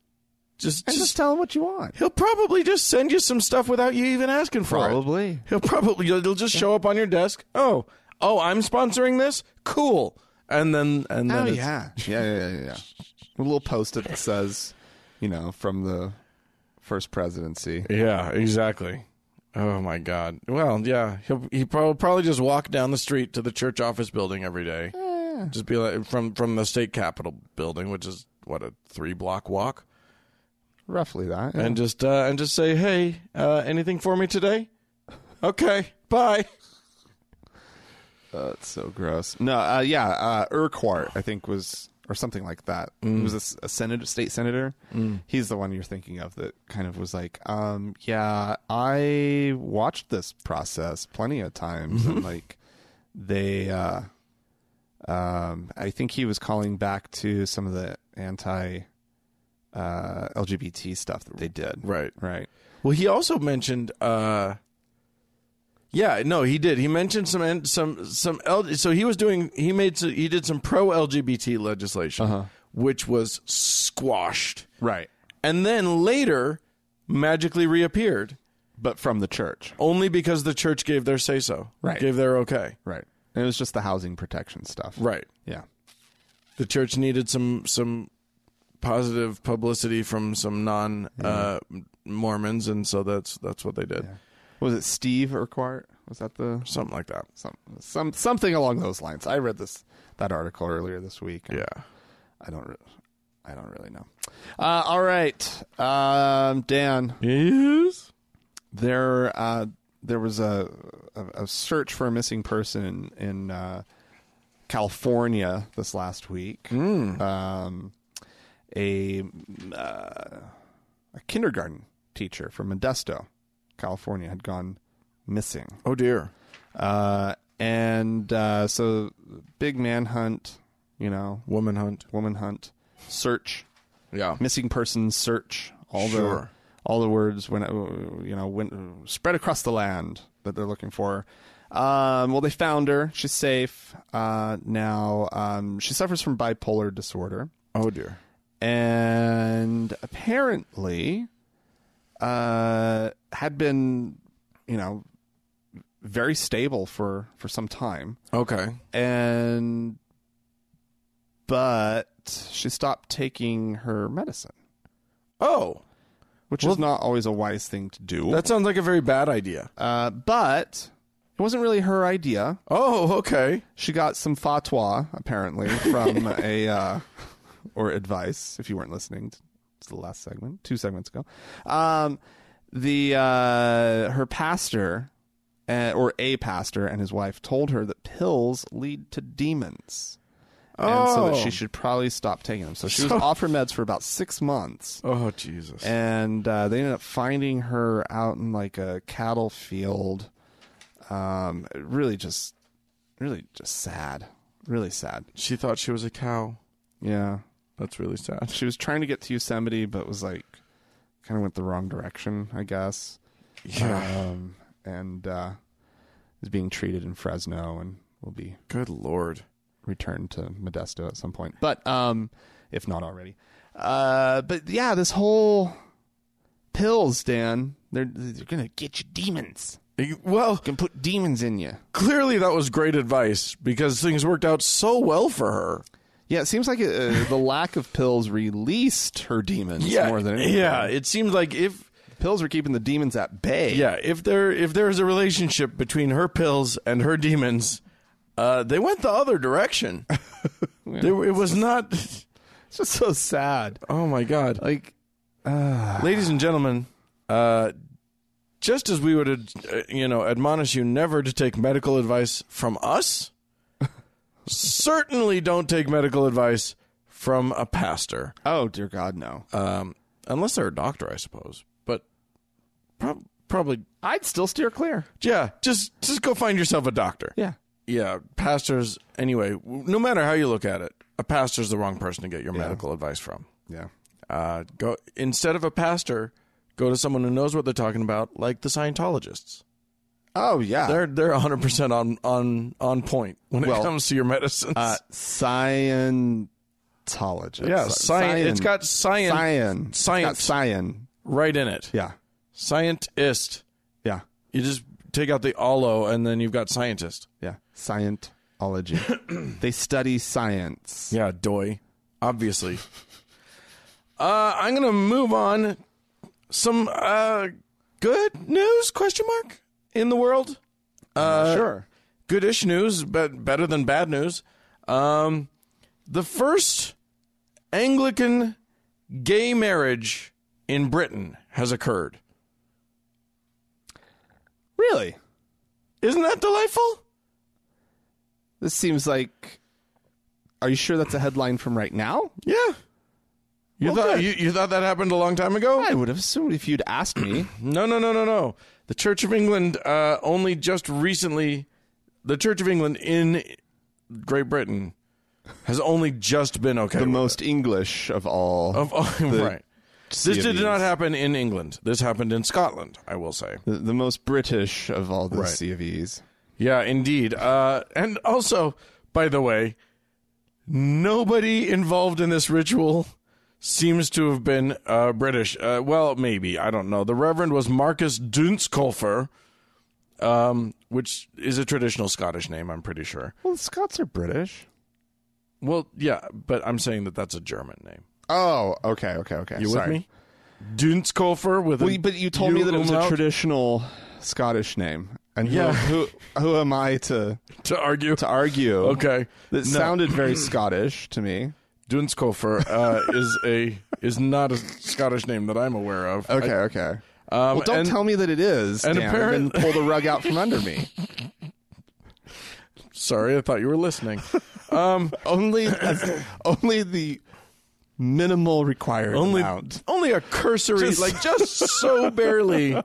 Speaker 2: just,
Speaker 1: and
Speaker 2: just,
Speaker 1: just, tell him what you want.
Speaker 2: he'll probably just send you some stuff without you even asking for it.
Speaker 1: Probably.
Speaker 2: He'll probably it'll just show up on your desk. Oh, oh, I'm sponsoring this. Cool. And then and then
Speaker 1: Oh
Speaker 2: it's-
Speaker 1: yeah. yeah, yeah, yeah, yeah. A little post-it that says, you know, from the first presidency.
Speaker 2: Yeah, exactly. Oh my God. Well, yeah, he'll he probably probably just walk down the street to the church office building every day.
Speaker 1: Oh,
Speaker 2: Just be like from from the state capitol building, which is what a three block walk,
Speaker 1: Roughly that. yeah.
Speaker 2: and just uh, and just say, hey, uh, anything for me today? Okay, bye.
Speaker 1: That's so gross. No, uh, yeah, uh, Urquhart, I think was or something like that.
Speaker 2: Mm.
Speaker 1: He was a s- a, senator, state senator. He's the one you're thinking of that kind of was like, um, yeah, I watched this process plenty of times,
Speaker 2: Mm-hmm.
Speaker 1: and like they, uh, um, I think he was calling back to some of the anti uh, LGBT stuff that they did.
Speaker 2: Right.
Speaker 1: right.
Speaker 2: Well, he also mentioned. uh Yeah, no, he did. He mentioned some en- some some. L- so he was doing. He made. So he did some pro LGBT legislation, which was squashed,
Speaker 1: Right.
Speaker 2: and then later magically reappeared
Speaker 1: But from the church.
Speaker 2: only because the church gave their say so.
Speaker 1: Right.
Speaker 2: Gave their okay.
Speaker 1: Right. And it was just the housing protection stuff.
Speaker 2: Right.
Speaker 1: Yeah.
Speaker 2: The church needed some some positive publicity from some non uh, Mormons, and so that's that's what they did.
Speaker 1: was it Steve Urquhart? Was that the
Speaker 2: Something like that.
Speaker 1: some, some something along those lines? I read this that article earlier this week.
Speaker 2: Yeah.
Speaker 1: I don't re- I don't really know. Uh, all right, um, Dan,
Speaker 2: Yes.
Speaker 1: there uh, there was a, a a search for a missing person in, in uh, California this last week. Um, a uh, a kindergarten teacher from Modesto, California, had gone missing.
Speaker 2: Oh dear.
Speaker 1: Uh, and uh, so big manhunt, you know,
Speaker 2: Woman hunt.
Speaker 1: woman hunt, search,
Speaker 2: Yeah.
Speaker 1: missing persons search, all the
Speaker 2: Sure.
Speaker 1: all the words when you know went spread across the land that they're looking for. Um, well, they found her. She's safe uh, now. Um, she suffers from bipolar disorder
Speaker 2: Oh dear.
Speaker 1: and apparently uh, had been, you know, very stable for for some time,
Speaker 2: Okay.
Speaker 1: and but she stopped taking her medicine,
Speaker 2: Oh,
Speaker 1: which is not always a wise thing to do.
Speaker 2: that sounds like a very bad idea.
Speaker 1: uh, but it wasn't really her idea.
Speaker 2: Oh, okay.
Speaker 1: She got some fatwa apparently from a uh, or advice. If you weren't listening to to the last segment, two segments ago, um, the uh, her pastor uh, or a pastor and his wife told her that pills lead to demons. And so that
Speaker 2: Oh.
Speaker 1: she should probably stop taking them. So she was
Speaker 2: So-
Speaker 1: off her meds for about six months,
Speaker 2: Oh Jesus.
Speaker 1: and uh, they ended up finding her out in like a cattle field. Um, really, just, really, just sad. Really sad.
Speaker 2: she thought she was a cow.
Speaker 1: Yeah,
Speaker 2: That's really sad.
Speaker 1: she was trying to get to Yosemite, but was like, kind of went the wrong direction, I guess.
Speaker 2: Yeah.
Speaker 1: Um, and uh, is being treated in Fresno, and will be
Speaker 2: Good lord.
Speaker 1: returned to Modesto at some point, but um, if not already. Uh, but yeah, this whole pills, Dan. They're they're gonna get you demons.
Speaker 2: You- Well,
Speaker 1: Gonna put demons in you.
Speaker 2: clearly that was great advice because things worked out so well for her.
Speaker 1: Yeah, it seems like uh, the lack of pills released her demons more than anything.
Speaker 2: yeah. It seemed like if
Speaker 1: pills were keeping the demons at bay.
Speaker 2: yeah if there if there is a relationship between her pills and her demons, uh, they went the other direction. They were- it was not.
Speaker 1: it's just so sad.
Speaker 2: Oh my god.
Speaker 1: Like,
Speaker 2: ladies and gentlemen, uh, just as we would, uh, you know, admonish you never to take medical advice from us, certainly don't take medical advice from a pastor,
Speaker 1: oh dear God, no.
Speaker 2: um, unless they're a doctor, I suppose. But prob- probably,
Speaker 1: I'd still steer clear.
Speaker 2: yeah. Just just go find yourself a doctor.
Speaker 1: Yeah,
Speaker 2: Yeah, pastors. Anyway, w- no matter how you look at it, a pastor's the wrong person to get your medical advice from.
Speaker 1: yeah.
Speaker 2: Uh, go instead of a pastor, go to someone who knows what they're talking about, like the Scientologists.
Speaker 1: Oh yeah.
Speaker 2: They're they're 100 percent on on on point when
Speaker 1: Well,
Speaker 2: it comes to your medicines.
Speaker 1: uh, Scientologist.
Speaker 2: yeah, science. It's got science,
Speaker 1: science.
Speaker 2: science.
Speaker 1: Science.
Speaker 2: right in it.
Speaker 1: Yeah.
Speaker 2: Scientist.
Speaker 1: Yeah.
Speaker 2: You just take out the allo, and then you've got scientist.
Speaker 1: Yeah. Scientology. they study science.
Speaker 2: Yeah, doy. Obviously. uh, I'm gonna move on. Some uh, good news? Question mark in the world. Uh,
Speaker 1: sure.
Speaker 2: goodish news, but better than bad news. Um, the first Anglican gay marriage in Britain has occurred.
Speaker 1: Really?
Speaker 2: Isn't that delightful?
Speaker 1: This seems like. Are you sure that's a headline from right now?
Speaker 2: Yeah. You
Speaker 1: Well,
Speaker 2: thought
Speaker 1: good.
Speaker 2: you, you thought that happened a long time ago?
Speaker 1: I would have assumed if you'd asked me.
Speaker 2: No, no, no, no, no. The Church of England uh, only just recently, the Church of England in Great Britain has only just been okay.
Speaker 1: the
Speaker 2: with
Speaker 1: most English of all.
Speaker 2: it. of, right. This did
Speaker 1: CVs.
Speaker 2: not happen in England. This happened in Scotland. I will say.
Speaker 1: The, the most British of all the
Speaker 2: Right.
Speaker 1: CVs.
Speaker 2: Yeah, indeed. Uh, and also, by the way, nobody involved in this ritual seems to have been uh, British. Uh, well, maybe I don't know. The Reverend was Marcus Dunscofer, um, which is a traditional Scottish name, I'm pretty sure.
Speaker 1: Well, the Scots are British.
Speaker 2: Well, yeah, but I'm saying that that's a German name.
Speaker 1: Oh, okay, okay, okay.
Speaker 2: You
Speaker 1: Sorry.
Speaker 2: with me? Dunscofer with.
Speaker 1: Well,
Speaker 2: an
Speaker 1: you- but you told me
Speaker 2: U
Speaker 1: that it was a
Speaker 2: umlaut
Speaker 1: traditional Scottish name, and who-
Speaker 2: Yeah.
Speaker 1: who, who am I to
Speaker 2: to argue.
Speaker 1: to argue?
Speaker 2: Okay,
Speaker 1: that
Speaker 2: No.
Speaker 1: sounded very Scottish to me.
Speaker 2: Dunscofer uh, is a is not a Scottish name that I'm aware of.
Speaker 1: Okay, okay.
Speaker 2: Um,
Speaker 1: well, don't
Speaker 2: and
Speaker 1: tell me that it is,
Speaker 2: and
Speaker 1: Dan,
Speaker 2: apparent-
Speaker 1: and pull the rug out from under me.
Speaker 2: Sorry, I thought you were listening. Um,
Speaker 1: only, as- only the minimal required amount.
Speaker 2: only a cursory,
Speaker 1: Just-
Speaker 2: like just so barely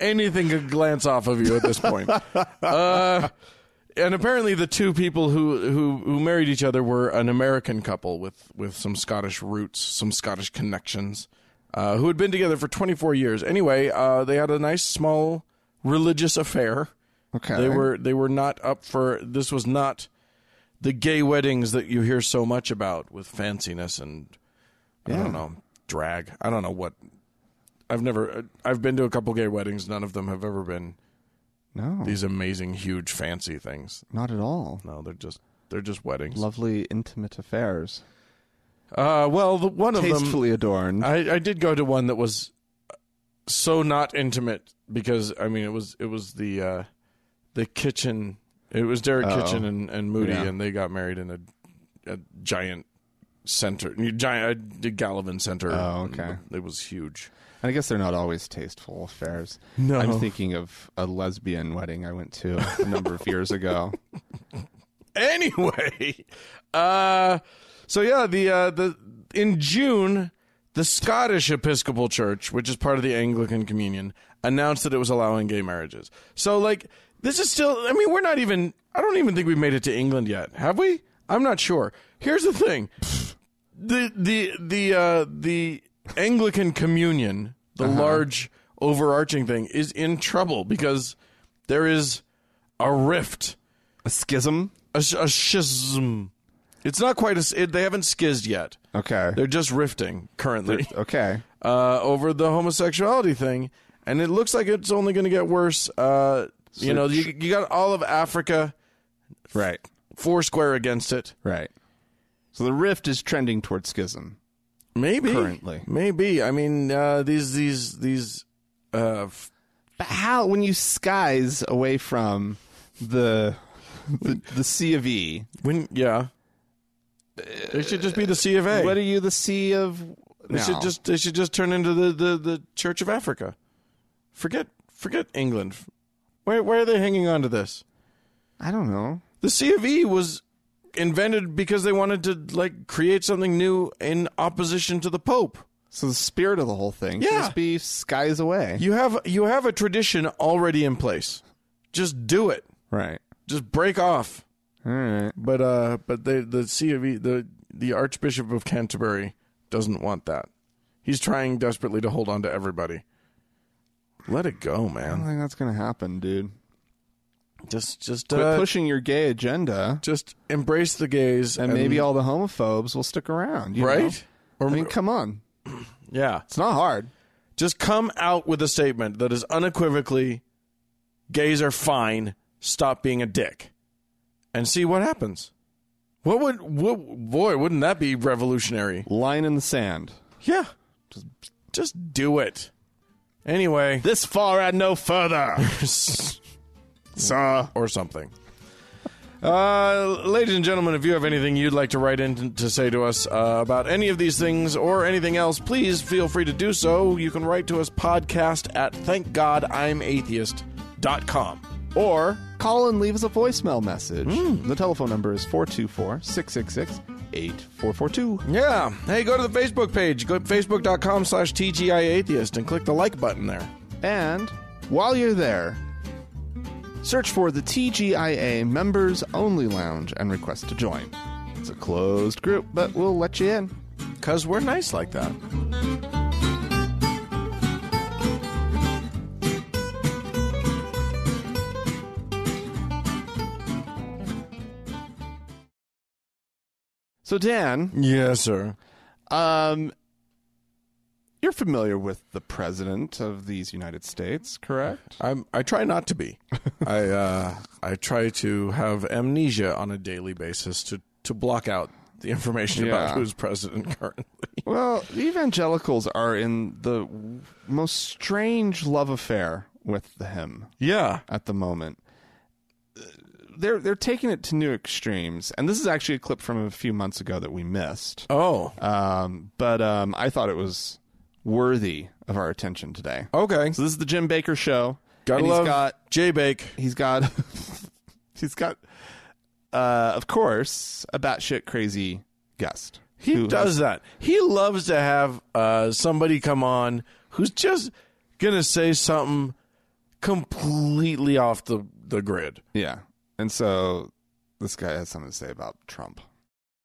Speaker 2: anything could glance off of you at this point. Uh, and apparently, the two people who, who who married each other were an American couple with with some Scottish roots, some Scottish connections, uh, who had been together for 24 years. Anyway, uh, they had a nice small religious affair.
Speaker 1: Okay.
Speaker 2: They were they were not up for this was not the gay weddings that you hear so much about with fanciness and I don't know drag. I don't know what I've never I've been to a couple gay weddings. None of them have ever been
Speaker 1: no,
Speaker 2: these amazing huge fancy things.
Speaker 1: not at all.
Speaker 2: No, they're just they're just weddings.
Speaker 1: Lovely intimate affairs,
Speaker 2: Uh, well, the, one of them
Speaker 1: tastefully adorned.
Speaker 2: I, I did go to one that was so not intimate because I mean it was it was the uh, the kitchen it was Derek
Speaker 1: Oh.
Speaker 2: Kitchen and, and Moody
Speaker 1: Yeah.
Speaker 2: and they got married in a, a giant center giant a Gallivan center
Speaker 1: Oh, okay.
Speaker 2: it was huge
Speaker 1: And I guess they're not always tasteful affairs.
Speaker 2: No.
Speaker 1: I'm thinking of a lesbian wedding I went to a number of years ago.
Speaker 2: anyway uh so yeah the uh the in june the scottish episcopal church which is part of the anglican communion announced that it was allowing gay marriages so like this is still i mean we're not even i don't even think we've made it to england yet have we i'm not sure here's the thing the the the uh the anglican communion the large overarching thing is in trouble because there is a rift
Speaker 1: A schism?
Speaker 2: a, sh- a schism. It's not quite a. s- It, they haven't skizzed yet.
Speaker 1: Okay.
Speaker 2: They're just rifting currently
Speaker 1: okay.
Speaker 2: uh, over the homosexuality thing, and it looks like it's only going to get worse. Uh, you know, you, you got all of Africa
Speaker 1: Right.
Speaker 2: four square against it.
Speaker 1: Right. So the rift is trending towards schism.
Speaker 2: Maybe
Speaker 1: Currently.
Speaker 2: maybe. I mean, uh, these these these. Uh, f-
Speaker 1: But how when you skies away from the the, the C of E,
Speaker 2: when yeah, they should just be the C of A.
Speaker 1: what are you the C of
Speaker 2: They should just they should just turn into the, the, the Church of Africa. Forget forget England. Why why are they hanging on to this?
Speaker 1: I don't know.
Speaker 2: The C of E was invented because they wanted to like create something new in opposition to the Pope.
Speaker 1: So the spirit of the whole thing should
Speaker 2: Yeah.
Speaker 1: just be skies away.
Speaker 2: You have you have a tradition already in place. Just do it.
Speaker 1: right.
Speaker 2: Just break off.
Speaker 1: All right.
Speaker 2: But uh but the the C of E the the Archbishop of Canterbury doesn't want that. He's trying desperately to hold on to everybody. Let it go,
Speaker 1: I don't
Speaker 2: man.
Speaker 1: think that's gonna happen, dude.
Speaker 2: Just just
Speaker 1: Quit
Speaker 2: uh,
Speaker 1: pushing your gay agenda,
Speaker 2: Just embrace the gays,
Speaker 1: and maybe all the homophobes will stick around. you
Speaker 2: right.
Speaker 1: know? I mean, come on,
Speaker 2: Yeah,
Speaker 1: it's not hard.
Speaker 2: just come out with a statement that is unequivocally, gays are fine. Stop being a dick, and see what happens. What would what boy wouldn't that be revolutionary?
Speaker 1: Line in the sand.
Speaker 2: Yeah, just just do it. Anyway,
Speaker 1: This far and no further, sir.
Speaker 2: or something. Uh, ladies and gentlemen, if you have anything you'd like to write in t- to say to us uh, about any of these things or anything else, please feel free to do so. You can write to us podcast at thankgodimatheist.com.
Speaker 1: Or call and leave us a voicemail message. The telephone number is 424 666 8442.
Speaker 2: Yeah. Hey, go to the Facebook page, go to facebook.com slash TGIAtheist and click the like button there.
Speaker 1: And while you're there, search for the TGIA Members Only Lounge and request to join. It's a closed group, but we'll let you in.
Speaker 2: Because we're nice like that.
Speaker 1: So, Dan,
Speaker 2: Yes, sir.
Speaker 1: um, you're familiar with the president of these United States, correct?
Speaker 2: I'm, I try not to be. I uh, I try to have amnesia on a daily basis to, to block out the information
Speaker 1: Yeah.
Speaker 2: about who's president currently.
Speaker 1: Well, the evangelicals are in the w- most strange love affair with him
Speaker 2: Yeah.
Speaker 1: at the moment. Uh, They're they're taking it to new extremes, and this is actually a clip from a few months ago that we missed.
Speaker 2: Oh.
Speaker 1: Um, but um, I thought it was worthy of our attention today.
Speaker 2: Okay.
Speaker 1: So this is the Jim Baker show.
Speaker 2: Gotta
Speaker 1: and
Speaker 2: love
Speaker 1: he's got
Speaker 2: J Bake.
Speaker 1: he's got he's got uh, of course a batshit crazy guest.
Speaker 2: He
Speaker 1: who
Speaker 2: does that. He loves to have uh, somebody come on who's just gonna say something completely off the, the grid.
Speaker 1: Yeah. And so this guy has something to say about Trump.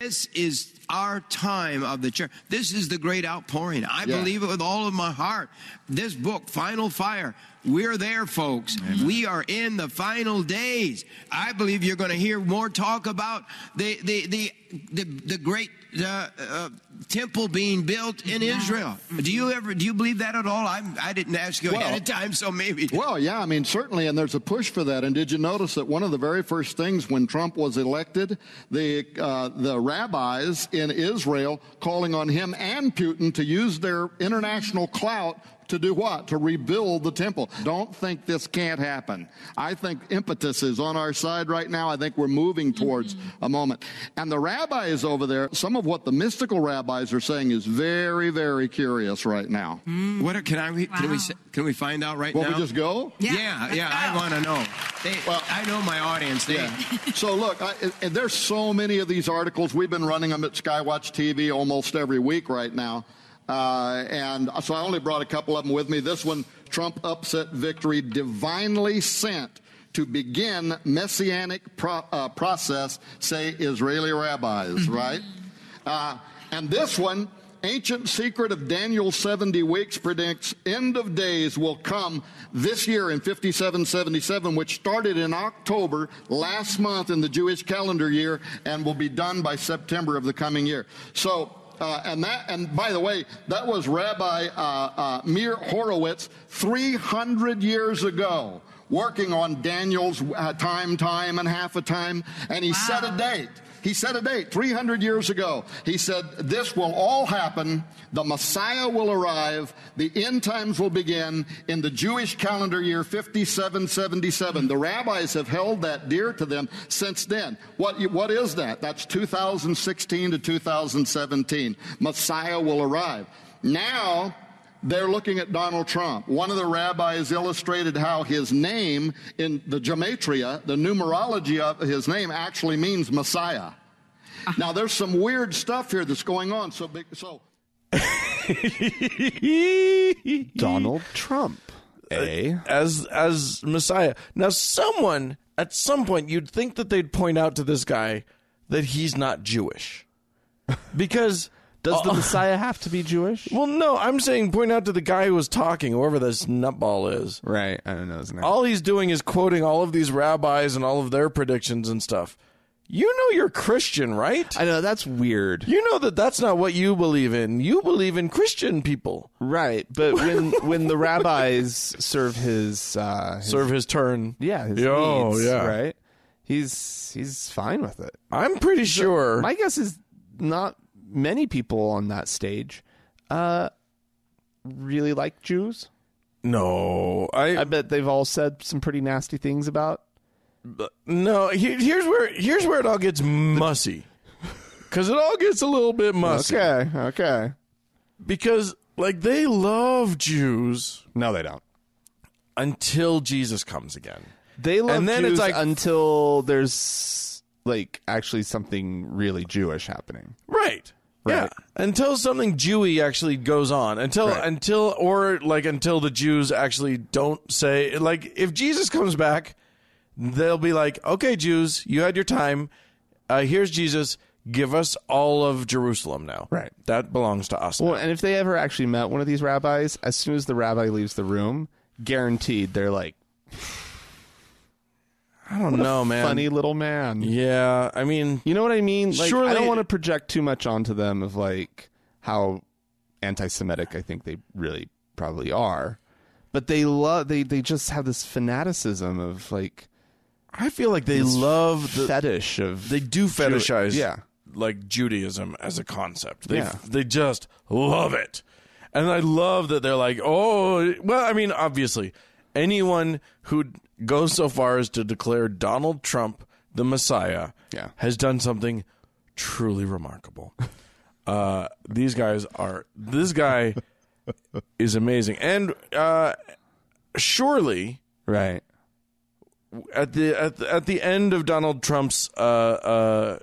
Speaker 3: This is our time of the church. This is the great outpouring. I believe it with all of my heart. This book, Final Fire, we're there, folks. We are in the final days. I believe you're going to hear more talk about the the the the, the great uh, uh, temple being built in Israel. Do you ever do you believe that at all? I'm, I didn't ask you ahead of time, so maybe.
Speaker 4: Well, yeah, I mean, certainly, and there's a push for that. And did you notice that one of the very first things when Trump was elected, the uh, the rabbis in Israel calling on him and Putin to use their international clout to do what? To rebuild the temple. Don't think this can't happen. I think impetus is on our side right now. I think we're moving towards a moment. And the rabbis over there, some of what the mystical rabbis are saying is very, very curious right now.
Speaker 3: What are, can I re- can we s- can we find out right
Speaker 4: Won't
Speaker 3: now?
Speaker 4: we just go?
Speaker 3: Yeah, yeah, I want to know. They,
Speaker 4: Well-
Speaker 3: I know my audience. They,
Speaker 4: so look, I, and there's so many of these articles. We've been running them at Skywatch TV almost every week right now. Uh, and so I only brought a couple of them with me. This one, Trump upset victory divinely sent to begin messianic pro- uh, process, say Israeli rabbis, right? Uh, and this one, ancient secret of Daniel 70 weeks predicts end of days will come this year in 5777, which started in October last month in the Jewish calendar year and will be done by September of the coming year. So, uh, and that, and by the way, that was Rabbi uh, uh, Mir Horowitz 300 years ago, working on Daniel's uh, time, time, and half a time, and he set a date. He set a date 300 years ago. He said, This will all happen. The Messiah will arrive. The end times will begin in the Jewish calendar year 5777. The rabbis have held that dear to them since then. What, what is that? That's 2016 to 2017. Messiah will arrive. Now, they're looking at Donald Trump. One of the rabbis illustrated how his name in the gematria, the numerology of his name, actually means Messiah. Now, there's some weird stuff here that's going on. So, big, so
Speaker 1: Donald Trump. Eh?
Speaker 2: as as Messiah. Now, someone at some point you'd think that they'd point out to this guy that he's not Jewish, because
Speaker 1: Does the Messiah have to be Jewish?
Speaker 2: Well, no, I'm saying point out to the guy who was talking, whoever this nutball is.
Speaker 1: Right. I don't know his name.
Speaker 2: All he's doing is quoting all of these rabbis and all of their predictions and stuff. You know you're Christian, right?
Speaker 1: I know that's weird.
Speaker 2: you know that that's not what you believe in. You believe in Christian people.
Speaker 1: Right, but when when the rabbis serve his, uh, his
Speaker 2: Serve his turn.
Speaker 1: yeah, his
Speaker 2: Oh,
Speaker 1: needs,
Speaker 2: yeah.
Speaker 1: right. He's he's fine with it.
Speaker 2: I'm pretty sure.
Speaker 1: My guess is not many people on that stage uh, really like Jews.
Speaker 2: no, I,
Speaker 1: I bet they've all said some pretty nasty things about.
Speaker 2: no. he- here's where here's where it all gets mussy, because it all gets a little bit mussy.
Speaker 1: Okay, okay.
Speaker 2: Because like they love Jews
Speaker 1: No, they don't.
Speaker 2: until Jesus comes again.
Speaker 1: They love
Speaker 2: And then it's
Speaker 1: Jews
Speaker 2: like-
Speaker 1: until there's like actually something really Jewish happening.
Speaker 2: Right. Yeah.
Speaker 1: Right.
Speaker 2: Until something Jewy actually goes on. Until
Speaker 1: Right.
Speaker 2: until or like until the Jews actually don't say like if Jesus comes back, they'll be like, "Okay, Jews, you had your time. Uh, here's Jesus. Give us all of Jerusalem now.
Speaker 1: Right.
Speaker 2: That belongs to us.
Speaker 1: Well,
Speaker 2: now."
Speaker 1: and if they ever actually met one of these rabbis, as soon as the rabbi leaves the room, guaranteed they're like
Speaker 2: I don't know, man.
Speaker 1: funny little man.
Speaker 2: Yeah. I mean,
Speaker 1: You know what I mean? Like, I
Speaker 2: Surely-
Speaker 1: don't want to project too much onto them of like how anti-Semitic I think they really probably are, but they love they they just have this fanaticism of like
Speaker 2: I feel like they love the
Speaker 1: fetish of
Speaker 2: they do fetishize
Speaker 1: yeah.
Speaker 2: like Judaism as a concept. They
Speaker 1: Yeah.
Speaker 2: they just love it. And I love that they're like, "Oh, well, I mean, obviously, anyone who goes so far as to declare Donald Trump the Messiah
Speaker 1: Yeah.
Speaker 2: has done something truly remarkable." uh, these guys are this guy is amazing. And uh, surely
Speaker 1: right
Speaker 2: at the at the, at the end of Donald Trump's uh, uh,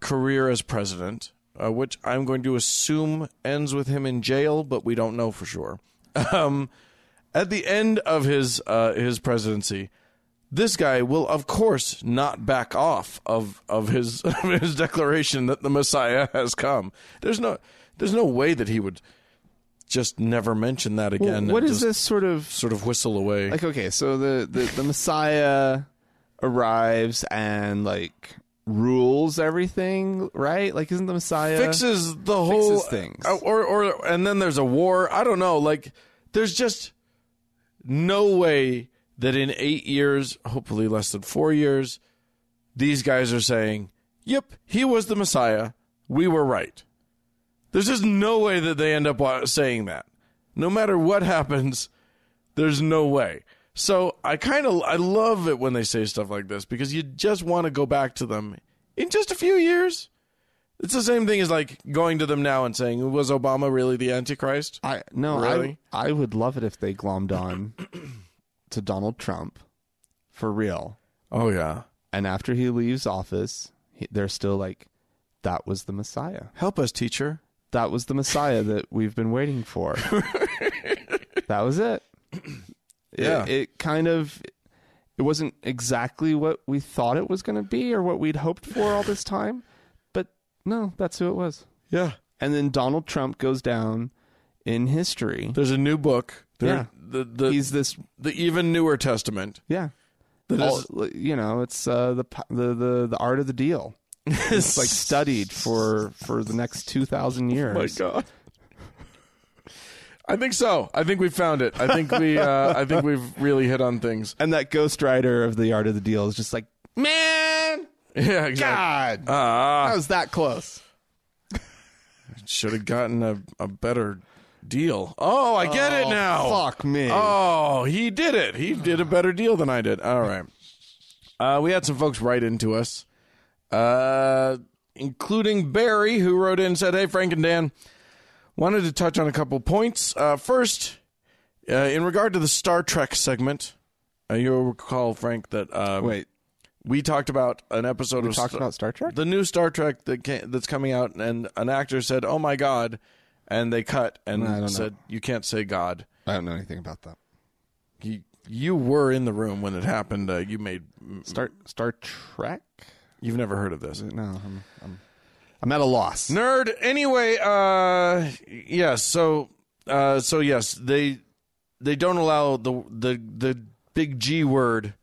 Speaker 2: career as president, uh, which I'm going to assume ends with him in jail, but we don't know for sure. Um, at the end of his uh, his presidency, this guy will of course not back off of of his of his declaration that the Messiah has come. There's no there's no way that he would just never mention that again. and
Speaker 1: what is
Speaker 2: just
Speaker 1: this sort of
Speaker 2: Sort of whistle away.
Speaker 1: like okay so the, the the messiah arrives and like rules everything right like isn't the messiah
Speaker 2: fixes the whole
Speaker 1: things.
Speaker 2: uh, or or and then there's a war. I don't know. Like there's just no way that in eight years, hopefully less than four years, these guys are saying, "Yep, he was the Messiah. We were right." There's just no way that they end up wa- saying that. No matter what happens, there's no way. So I kind of I love it when they say stuff like this because you just want to go back to them in just a few years. It's the same thing as like going to them now and saying, "Was Obama really the Antichrist?"
Speaker 1: i no
Speaker 2: Really?
Speaker 1: i i would love it if they glommed on to donald trump for real
Speaker 2: Oh yeah.
Speaker 1: and after he leaves office he, they're still like that was the messiah
Speaker 2: Help us, teacher.
Speaker 1: that was the messiah that we've been waiting for that was it It-
Speaker 2: Yeah.
Speaker 1: it, kind of it wasn't exactly what we thought it was going to be or what we'd hoped for all this time but no that's who it was
Speaker 2: Yeah.
Speaker 1: and then donald trump goes down in history
Speaker 2: There's a new book. There,
Speaker 1: Yeah.
Speaker 2: The the
Speaker 1: he's this
Speaker 2: the even newer testament.
Speaker 1: yeah
Speaker 2: That
Speaker 1: All-
Speaker 2: is-
Speaker 1: you know it's uh, the, p- the the the art of the deal it's like studied for for the next 2000 years
Speaker 2: Oh my god. I think so. I think we found it. I think we uh, I think we've really hit on things.
Speaker 1: and that ghostwriter of the art of the deal is just like man
Speaker 2: Yeah,
Speaker 1: God.
Speaker 2: exactly. Ah,
Speaker 1: I was that close.
Speaker 2: should have gotten a, a better deal. Oh, I get it now.
Speaker 1: Fuck me.
Speaker 2: Oh, he did it. He did a better deal than I did. All right. Uh, we had some folks write into us, uh, including Barry, who wrote in and said, Hey, Frank and Dan, wanted to touch on a couple points. Uh, first, uh, in regard to the Star Trek segment, uh, you'll recall, Frank, that um,
Speaker 1: Wait,
Speaker 2: we talked about an episode
Speaker 1: we
Speaker 2: of
Speaker 1: talked
Speaker 2: Star-
Speaker 1: about Star Trek?
Speaker 2: the new Star Trek that ca that's coming out, and an actor said, "Oh my god," and they cut
Speaker 1: I don't know.
Speaker 2: and said, "You can't say God."
Speaker 1: I don't know anything about that.
Speaker 2: You you were in the room when it happened. Uh, you made
Speaker 1: Star Star Trek?
Speaker 2: you've never heard of this.
Speaker 1: No, I'm, I'm, I'm at a loss.
Speaker 2: Nerd. Anyway, uh, yes. So, uh, so yes, they they don't allow the the the big G word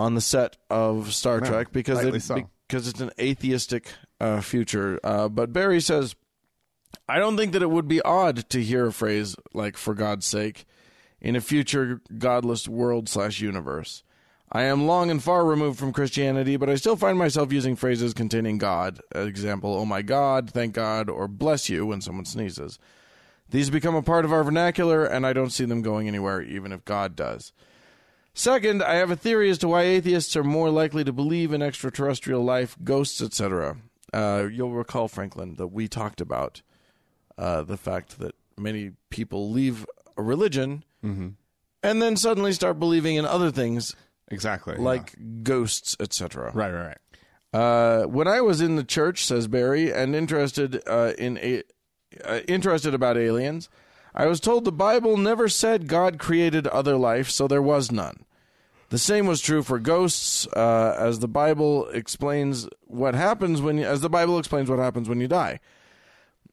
Speaker 2: on the set of Star Trek because
Speaker 1: rightly
Speaker 2: it,
Speaker 1: so.
Speaker 2: because it's an atheistic uh, future. Uh, but Barry says, I don't think that it would be odd to hear a phrase like "for God's sake" in a future godless world slash universe. I am long and far removed from Christianity, but I still find myself using phrases containing God. An example, oh my God, thank God, or bless you when someone sneezes. These become a part of our vernacular, and I don't see them going anywhere, even if God does. Second, I have a theory as to why atheists are more likely to believe in extraterrestrial life, ghosts, etc. Uh, you'll recall, Franklin, that we talked about uh, the fact that many people leave a religion
Speaker 1: Mm-hmm.
Speaker 2: and then suddenly start believing in other things
Speaker 1: Exactly.
Speaker 2: like ghosts, etc.
Speaker 1: yeah. right, right, right.
Speaker 2: Uh, when I was in the church, says Barry, and interested uh, in a, uh, interested about aliens, I was told the Bible never said God created other life, so there was none. The same was true for ghosts, uh, as the Bible explains what happens when you, as the Bible explains what happens when you die.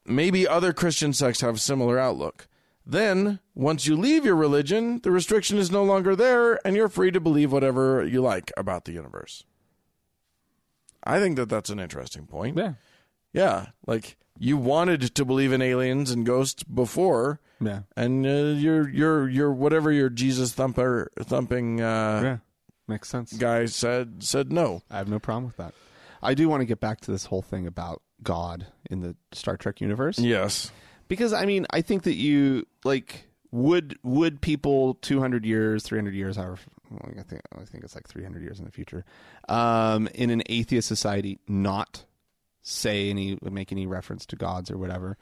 Speaker 2: Maybe other Christian sects have a similar outlook. Then, once you leave your religion, the restriction is no longer there, and you're free to believe whatever you like about the universe. I think that that's an interesting point.
Speaker 5: Yeah.
Speaker 2: Yeah, like you wanted to believe in aliens and ghosts before.
Speaker 1: Yeah.
Speaker 2: And uh, you're you're you're whatever your Jesus thumper thumping uh,
Speaker 1: Yeah. Makes sense.
Speaker 2: guy said said no.
Speaker 1: I have no problem with that. I do want to get back to this whole thing about God in the Star Trek universe.
Speaker 2: Yes.
Speaker 1: because i mean i think that you like would would people 200 years 300 years however well, i think i think it's like 300 years in the future um in an atheist society not say any make any reference to gods or whatever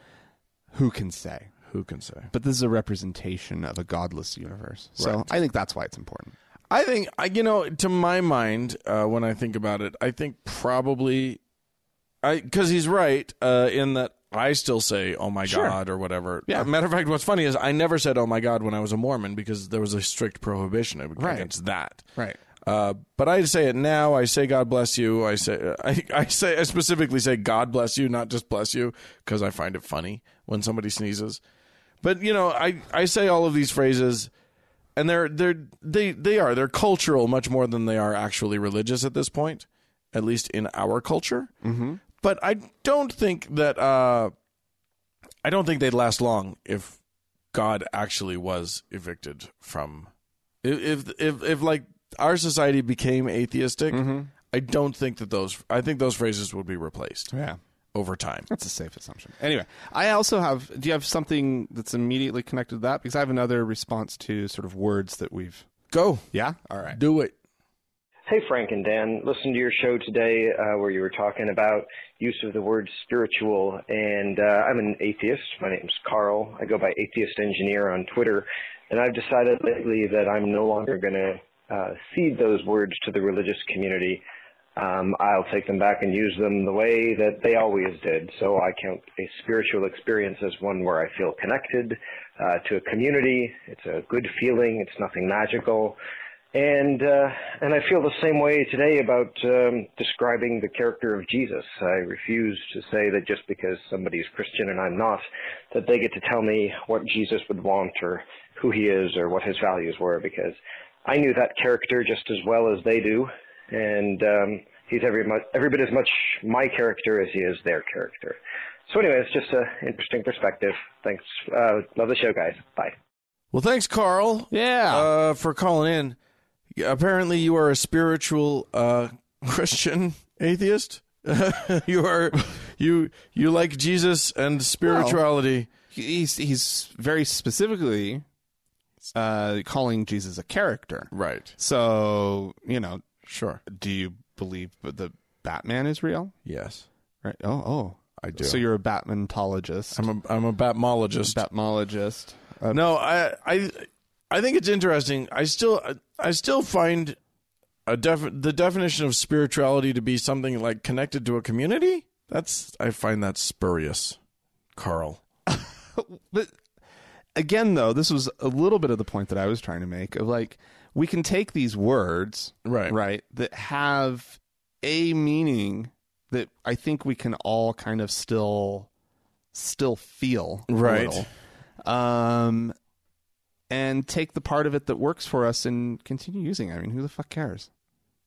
Speaker 1: who can say
Speaker 2: Who can say?
Speaker 1: but this is a representation of a godless universe so i think that's why it's important
Speaker 2: I think I you know to my mind uh, when I think about it, I think probably I because he's right uh, in that I still say "Oh my God" or whatever.
Speaker 1: Yeah.
Speaker 2: Uh, Matter of fact, what's funny is I never said "Oh my God" when I was a Mormon because there was a strict prohibition ag-
Speaker 1: Right.
Speaker 2: against that.
Speaker 1: Right.
Speaker 2: Uh, but I say it now. I say "God bless you." I say I, I say I specifically say "God bless you," not just "bless you," because I find it funny when somebody sneezes. But you know, I I say all of these phrases and they're they're they they are they're cultural much more than they are actually religious at this point, at least in our culture. Mm-hmm. But I don't think that uh, I don't think they'd last long if God actually was evicted from if if if, if like our society became atheistic. I don't think that those. I think those phrases would be replaced
Speaker 1: yeah
Speaker 2: over time.
Speaker 1: that's a safe assumption anyway i also have do you have something that's immediately connected to that because i have another response to sort of words that we've
Speaker 2: Go,
Speaker 1: yeah all right
Speaker 2: do it.
Speaker 6: Hey, Frank and Dan. Listen to your show today uh, where you were talking about use of the word spiritual. And uh, I'm an atheist. My name's Carl. I go by Atheist Engineer on Twitter. And I've decided lately that I'm no longer going to uh, cede those words to the religious community. Um, I'll take them back and use them the way that they always did. So I count a spiritual experience as one where I feel connected uh, to a community. It's a good feeling. It's nothing magical and uh, and I feel the same way today about um, describing the character of Jesus. I refuse to say that just because somebody's Christian and I'm not, that they get to tell me what Jesus would want or who he is or what his values were, because I knew that character just as well as they do, and um, he's every much, every bit as much my character as he is their character. So anyway, it's just an interesting perspective. Thanks. Uh, love the show, guys. Bye.
Speaker 2: Well, thanks, Carl.
Speaker 1: Yeah.
Speaker 2: uh, for calling in. Yeah, Apparently, you are a spiritual uh, Christian atheist. you are you you like Jesus and spirituality.
Speaker 1: he's he's very specifically uh, calling Jesus a character.
Speaker 2: right.
Speaker 1: So you know,
Speaker 2: Sure.
Speaker 1: do you believe that Batman is real?
Speaker 2: Yes.
Speaker 1: Right. Oh, oh, I
Speaker 2: do.
Speaker 1: So you're a Batmanologist,
Speaker 2: I'm a I'm a batmologist.
Speaker 1: Batmologist. Uh,
Speaker 2: no, I I I think it's interesting. I still I still find a def- the definition of spirituality to be something like connected to a community. That's I find that spurious, Carl.
Speaker 1: but again, though, this was a little bit of the point that I was trying to make of like we can take these words,
Speaker 2: Right.
Speaker 1: right, that have a meaning that I think we can all kind of still still feel a
Speaker 2: Right.
Speaker 1: little. um, and take the part of it that works for us and continue using. it. I mean, who the fuck cares?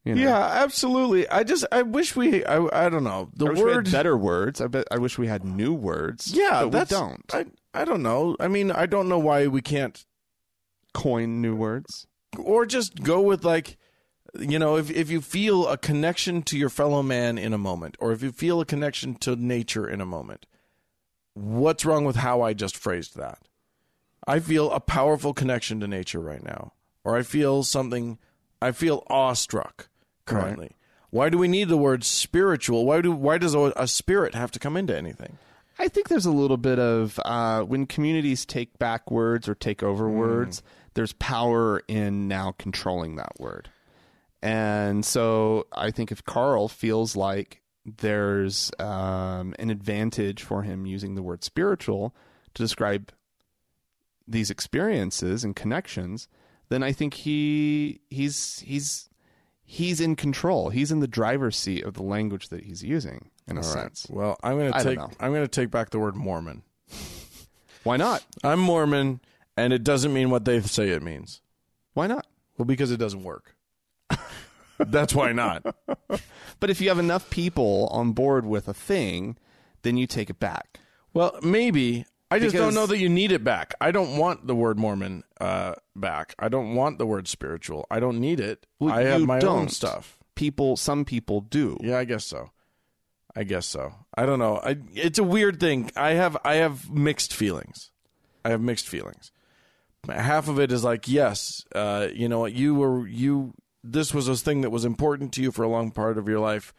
Speaker 1: You know?
Speaker 2: Yeah, absolutely. I just I wish we I, I don't know the
Speaker 1: I wish we
Speaker 2: word
Speaker 1: had better words. I bet I wish we had new words.
Speaker 2: yeah
Speaker 1: but
Speaker 2: that's
Speaker 1: we don't
Speaker 2: I I don't know. I mean I don't know why we can't
Speaker 1: coin new words.
Speaker 2: or just go with like you know if if you feel a connection to your fellow man in a moment or if you feel a connection to nature in a moment. What's wrong with how I just phrased that? I feel a powerful connection to nature right now or I feel something I feel awestruck currently. Why do we need the word spiritual? Why do why does a, a spirit have to come into anything?
Speaker 1: I think there's a little bit of uh, when communities take back words or take over words, there's power in now controlling that word. And so I think if Carl feels like there's um, an advantage for him using the word spiritual to describe these experiences and connections, then I think he he's he's he's in control. He's in the driver's seat of the language that he's using in a sense.
Speaker 2: Well, I'm gonna
Speaker 1: I don't
Speaker 2: take
Speaker 1: know.
Speaker 2: I'm gonna take back the word Mormon.
Speaker 1: Why not?
Speaker 2: I'm Mormon, and it doesn't mean what they say it means.
Speaker 1: Why not?
Speaker 2: Well, because it doesn't work. That's why not.
Speaker 1: But if you have enough people on board with a thing, then you take it back.
Speaker 2: Well, maybe I just don't
Speaker 1: Because-
Speaker 2: know that you need it back. I don't want the word Mormon uh, back. I don't want the word spiritual. I don't need it.
Speaker 1: Well,
Speaker 2: I have
Speaker 1: you
Speaker 2: my own
Speaker 1: don't.
Speaker 2: stuff.
Speaker 1: People, some people do.
Speaker 2: Yeah, I guess so. I guess so. I don't know. I, it's a weird thing. I have I have mixed feelings. I have mixed feelings. Half of it is like, yes, uh, you know what, you were you. This was a thing that was important to you for a long part of your life.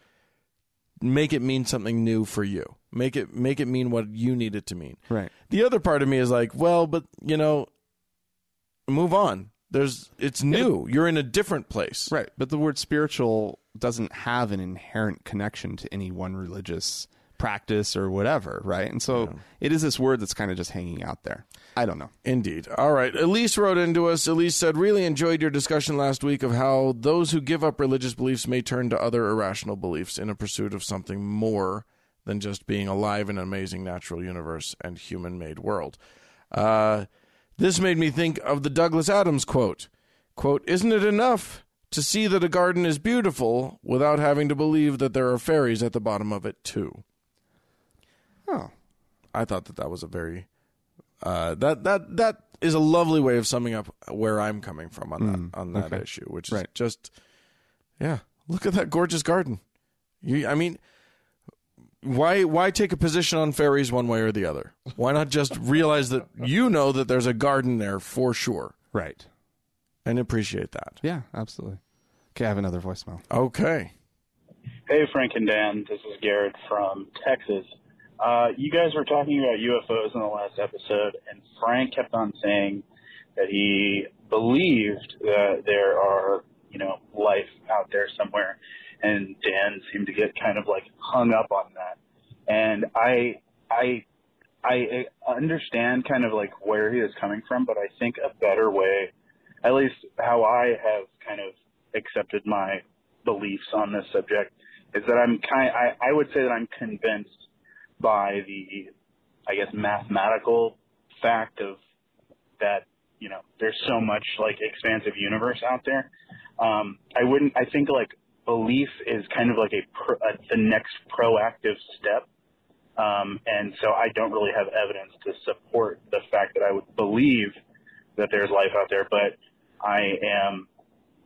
Speaker 2: Make it mean something new for you. Make it make it mean what you need it to mean.
Speaker 1: Right.
Speaker 2: The other part of me is like, well, but you know, move on. There's it's new. You're in a different place.
Speaker 1: Right. But the word spiritual doesn't have an inherent connection to any one religious practice or whatever, right? And so it is this word that's kind of just hanging out there. I don't know.
Speaker 2: Indeed. All right. Elise wrote into us. Elise said, Really enjoyed your discussion last week of how those who give up religious beliefs may turn to other irrational beliefs in a pursuit of something more than just being alive in an amazing natural universe and human made world. Uh, this made me think of the Douglas Adams quote quote, Isn't it enough to see that a garden is beautiful without having to believe that there are fairies at the bottom of it, too?
Speaker 1: Oh.
Speaker 2: I thought that that was a very uh, that that that is a lovely way of summing up where I'm coming from on that on that issue, which is
Speaker 1: Mm, Right.
Speaker 2: just yeah. Look at that gorgeous garden. You, I mean, why why take a position on fairies one way or the other? Why not just realize that you know that there's a garden there for sure
Speaker 1: Right.
Speaker 2: and appreciate that?
Speaker 1: Yeah, absolutely. Okay, I have another voicemail.
Speaker 2: Okay.
Speaker 5: Hey, Frank and Dan. This is Garrett from Texas. Uh, you guys were talking about UFOs in the last episode, and Frank kept on saying that he believed that there are, you know, life out there somewhere. And Dan seemed to get kind of like hung up on that. And I, I, I I understand kind of like where he is coming from, but I think a better way at least how I have kind of accepted my beliefs on this subject is that I'm kind I, I would say that I'm convinced by the I guess mathematical fact of that you know there's so much like expansive universe out there um I wouldn't I think like belief is kind of like a, pro, a the next proactive step um, and so I don't really have evidence to support the fact that I would believe that there's life out there, but I am,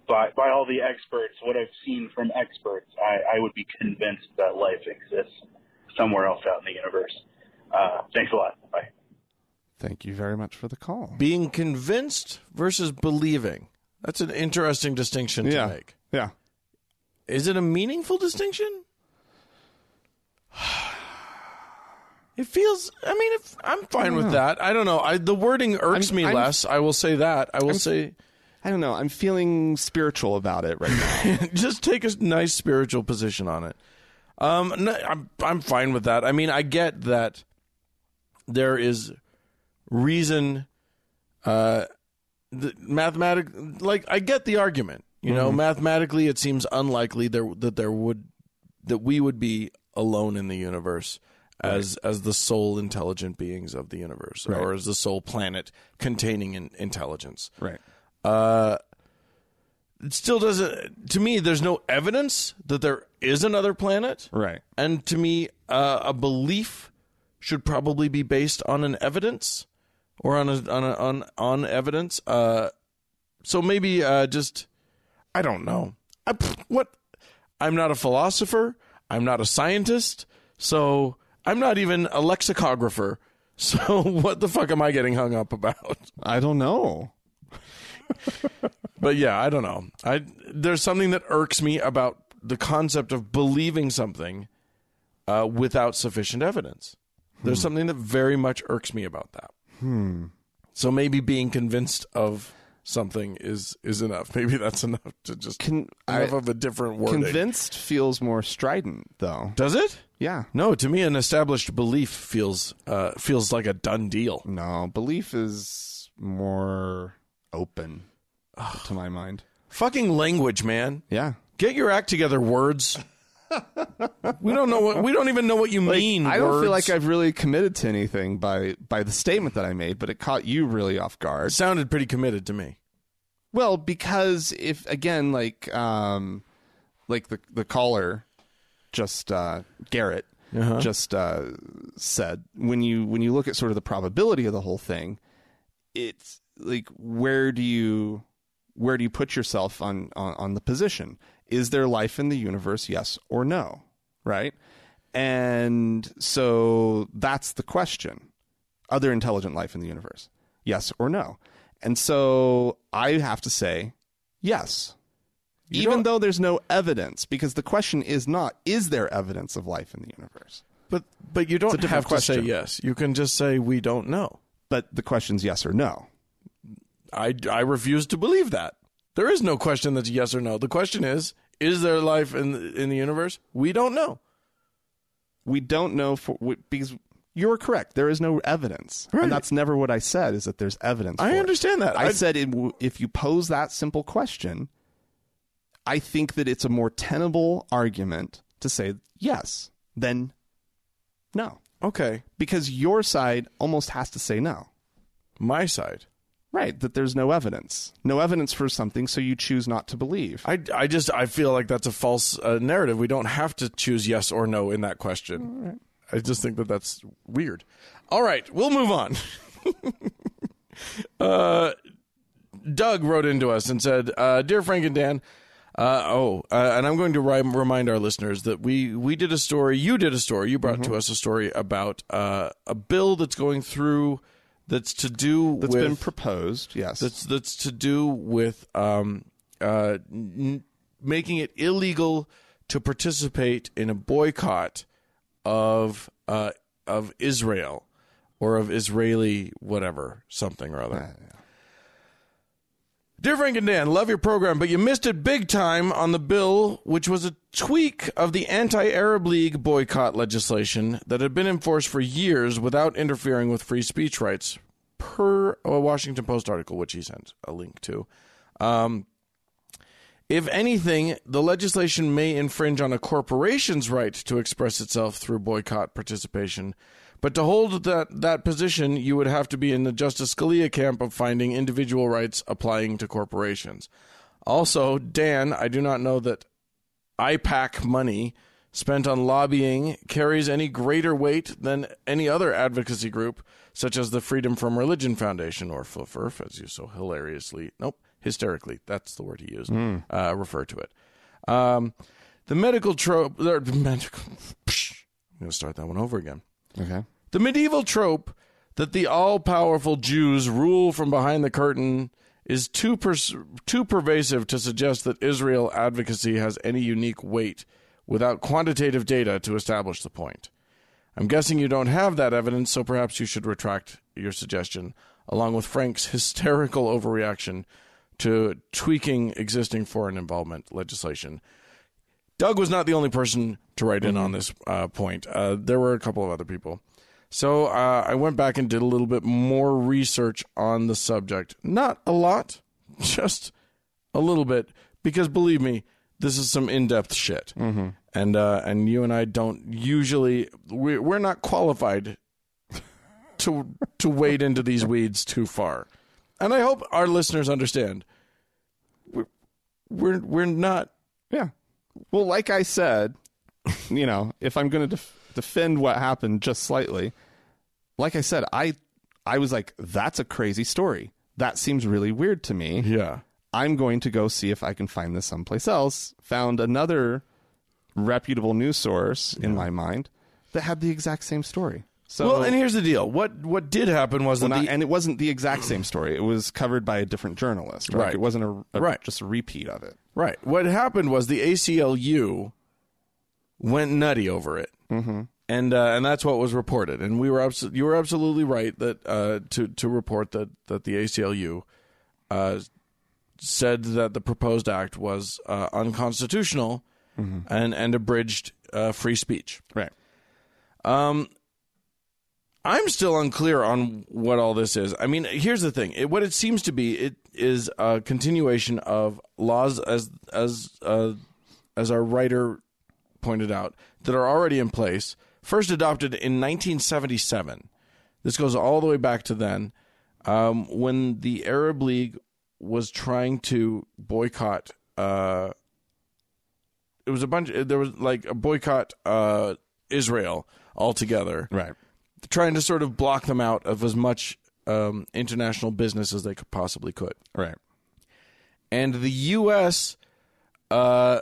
Speaker 5: by, by all the experts, what I've seen from experts, I, I would be convinced that life exists somewhere else out in the universe. Uh, thanks a lot. Bye.
Speaker 1: Thank you very much for the call.
Speaker 2: Being convinced versus believing. That's an interesting distinction to make.
Speaker 1: Yeah.
Speaker 2: Is it a meaningful distinction? It feels. I mean, if, I'm fine with that. I don't know. I, the wording irks
Speaker 1: I'm-
Speaker 2: me
Speaker 1: I'm-
Speaker 2: less. I will say that. I will say,
Speaker 1: I don't know. I'm feeling spiritual about it right now.
Speaker 2: just take a nice spiritual position on it. Um, no, I'm I'm fine with that. I mean, I get that there is reason. Uh, the mathematic, like I get the argument. You know, mathematically, it seems unlikely there that there would that we would be alone in the universe as as the sole intelligent beings of the universe or as the sole planet containing in, intelligence
Speaker 1: Right.
Speaker 2: it still doesn't to me there's no evidence that there is another planet
Speaker 1: Right.
Speaker 2: and to me uh, a belief should probably be based on an evidence or on a, on a, on on evidence uh so maybe uh just i don't know I, pff, what i'm not a philosopher i'm not a scientist so i'm not even a lexicographer so what the fuck am i getting hung up about
Speaker 1: I don't know.
Speaker 2: but yeah, I don't know. I there's something that irks me about the concept of believing something uh, without sufficient evidence. There's something that very much irks me about that. So maybe being convinced of something is is enough. Maybe that's enough to just
Speaker 1: Con-
Speaker 2: enough
Speaker 1: I-
Speaker 2: of a different wording.
Speaker 1: Convinced feels more strident, though.
Speaker 2: Does it?
Speaker 1: Yeah.
Speaker 2: No, to me, an established belief feels uh, feels like a done deal.
Speaker 1: No, belief is more open to my mind.
Speaker 2: Fucking language, man.
Speaker 1: Yeah.
Speaker 2: Get your act together, words. we don't know what we don't even know what you mean.
Speaker 1: I don't feel
Speaker 2: words.
Speaker 1: like I've really committed to anything by by the statement that I made, but it caught you really off guard.
Speaker 2: It sounded pretty committed to me.
Speaker 1: Well, because if again, like, um, like the the caller, just uh, Garrett, just uh, said when you when you look at sort of the probability of the whole thing, it's like where do you where do you put yourself on on, on the position? Is there life in the universe? Yes or no, right? And so that's the question other intelligent life in the universe? Yes or no? And so I have to say yes. Even though there's no evidence, because the question is not, is there evidence of life in the universe?
Speaker 2: But but you don't
Speaker 1: different
Speaker 2: have to
Speaker 1: question.
Speaker 2: say yes. You can just say we don't know.
Speaker 1: But the question's yes or no.
Speaker 2: I I refuse to believe that. There is no question that's yes or no. The question is is there life in the, in the universe? We don't know.
Speaker 1: We don't know for we- because you're correct. There is no evidence,
Speaker 2: Right.
Speaker 1: and that's never what I said. Is that there's evidence?
Speaker 2: I
Speaker 1: for it.
Speaker 2: understand that.
Speaker 1: I,
Speaker 2: I-
Speaker 1: said it, w- if you pose that simple question, I think that it's a more tenable argument to say yes than no.
Speaker 2: Okay.
Speaker 1: because your side almost has to say no.
Speaker 2: My side.
Speaker 1: Right, that there's no evidence. No evidence for something, so you choose not to believe.
Speaker 2: I, I just I feel like that's a false uh, narrative. We don't have to choose yes or no in that question. I just think that that's weird. All right, we'll move on. uh, Doug wrote into us and said, uh, "Dear Frank and Dan, uh, oh, uh, and I'm going to ri- remind our listeners that we we did a story. You did a story. You brought
Speaker 1: Mm-hmm.
Speaker 2: to us a story about uh, a bill that's going through that's to do
Speaker 1: That's
Speaker 2: with
Speaker 1: been proposed, yes.
Speaker 2: that's that's to do with um, uh, n- making it illegal to participate in a boycott of uh, of Israel or of Israeli whatever something or other. Dear Frank and Dan, love your program, but you missed it big time on the bill, which was a tweak of the anti Arab League boycott legislation that had been enforced for years without interfering with free speech rights, per a Washington Post article, which he sent a link to. Um, if anything, the legislation may infringe on a corporation's right to express itself through boycott participation. But to hold that, that position, you would have to be in the Justice Scalia camp of finding individual rights applying to corporations. Also, Dan, I do not know that IPAC money spent on lobbying carries any greater weight than any other advocacy group, such as the Freedom from Religion Foundation or FLFRF, as you so hilariously, nope, hysterically, that's the word he used, uh, refer to it. Um, the medical trope, er, medical, I'm going to start that one over again.
Speaker 1: okay.
Speaker 2: The medieval trope that the all powerful Jews rule from behind the curtain is too, pers- too pervasive to suggest that Israel advocacy has any unique weight without quantitative data to establish the point. I'm guessing you don't have that evidence, so perhaps you should retract your suggestion, along with Frank's hysterical overreaction to tweaking existing foreign involvement legislation. Doug was not the only person to write in on this uh, point. Uh, there were a couple of other people. So uh, I went back and did a little bit more research on the subject. Not a lot, just a little bit, because believe me, this is some in depth shit. and uh, and you and I don't usually we we're not qualified to to wade into these weeds too far. And I hope our listeners understand. We're we're, we're not
Speaker 1: Yeah. Well, like I said, you know, if I'm going to def- defend what happened just slightly, like I said, I I was like, that's a crazy story. That seems really weird to me.
Speaker 2: yeah.
Speaker 1: I'm going to go see if I can find this someplace else. Found another reputable news source in my mind that had the exact same story. So
Speaker 2: Well, and here's the deal. What what did happen was that
Speaker 1: well, not-
Speaker 2: the-
Speaker 1: and it wasn't the exact same story. It was covered by a different journalist. Right.
Speaker 2: Right.
Speaker 1: It wasn't a, a-
Speaker 2: Right.
Speaker 1: just a repeat of it.
Speaker 2: Right. What happened was the ACLU went nutty over it, mm-hmm. and uh, and that's what was reported. And we were abs- you were absolutely right that uh, to to report that that the ACLU uh, said that the proposed act was uh, unconstitutional and and abridged uh, free speech.
Speaker 1: Right.
Speaker 2: I'm still unclear on what all this is. I mean, here's the thing: it, what it seems to be, it is a continuation of laws as as uh, as our writer pointed out that are already in place. First adopted in 1977. This goes all the way back to then, um, when the Arab League was trying to boycott. Uh, it was a bunch. There was like a boycott uh, Israel altogether
Speaker 1: Right.
Speaker 2: trying to sort of block them out of as much um, international business as they could possibly could.
Speaker 1: Right.
Speaker 2: And the U.S., uh,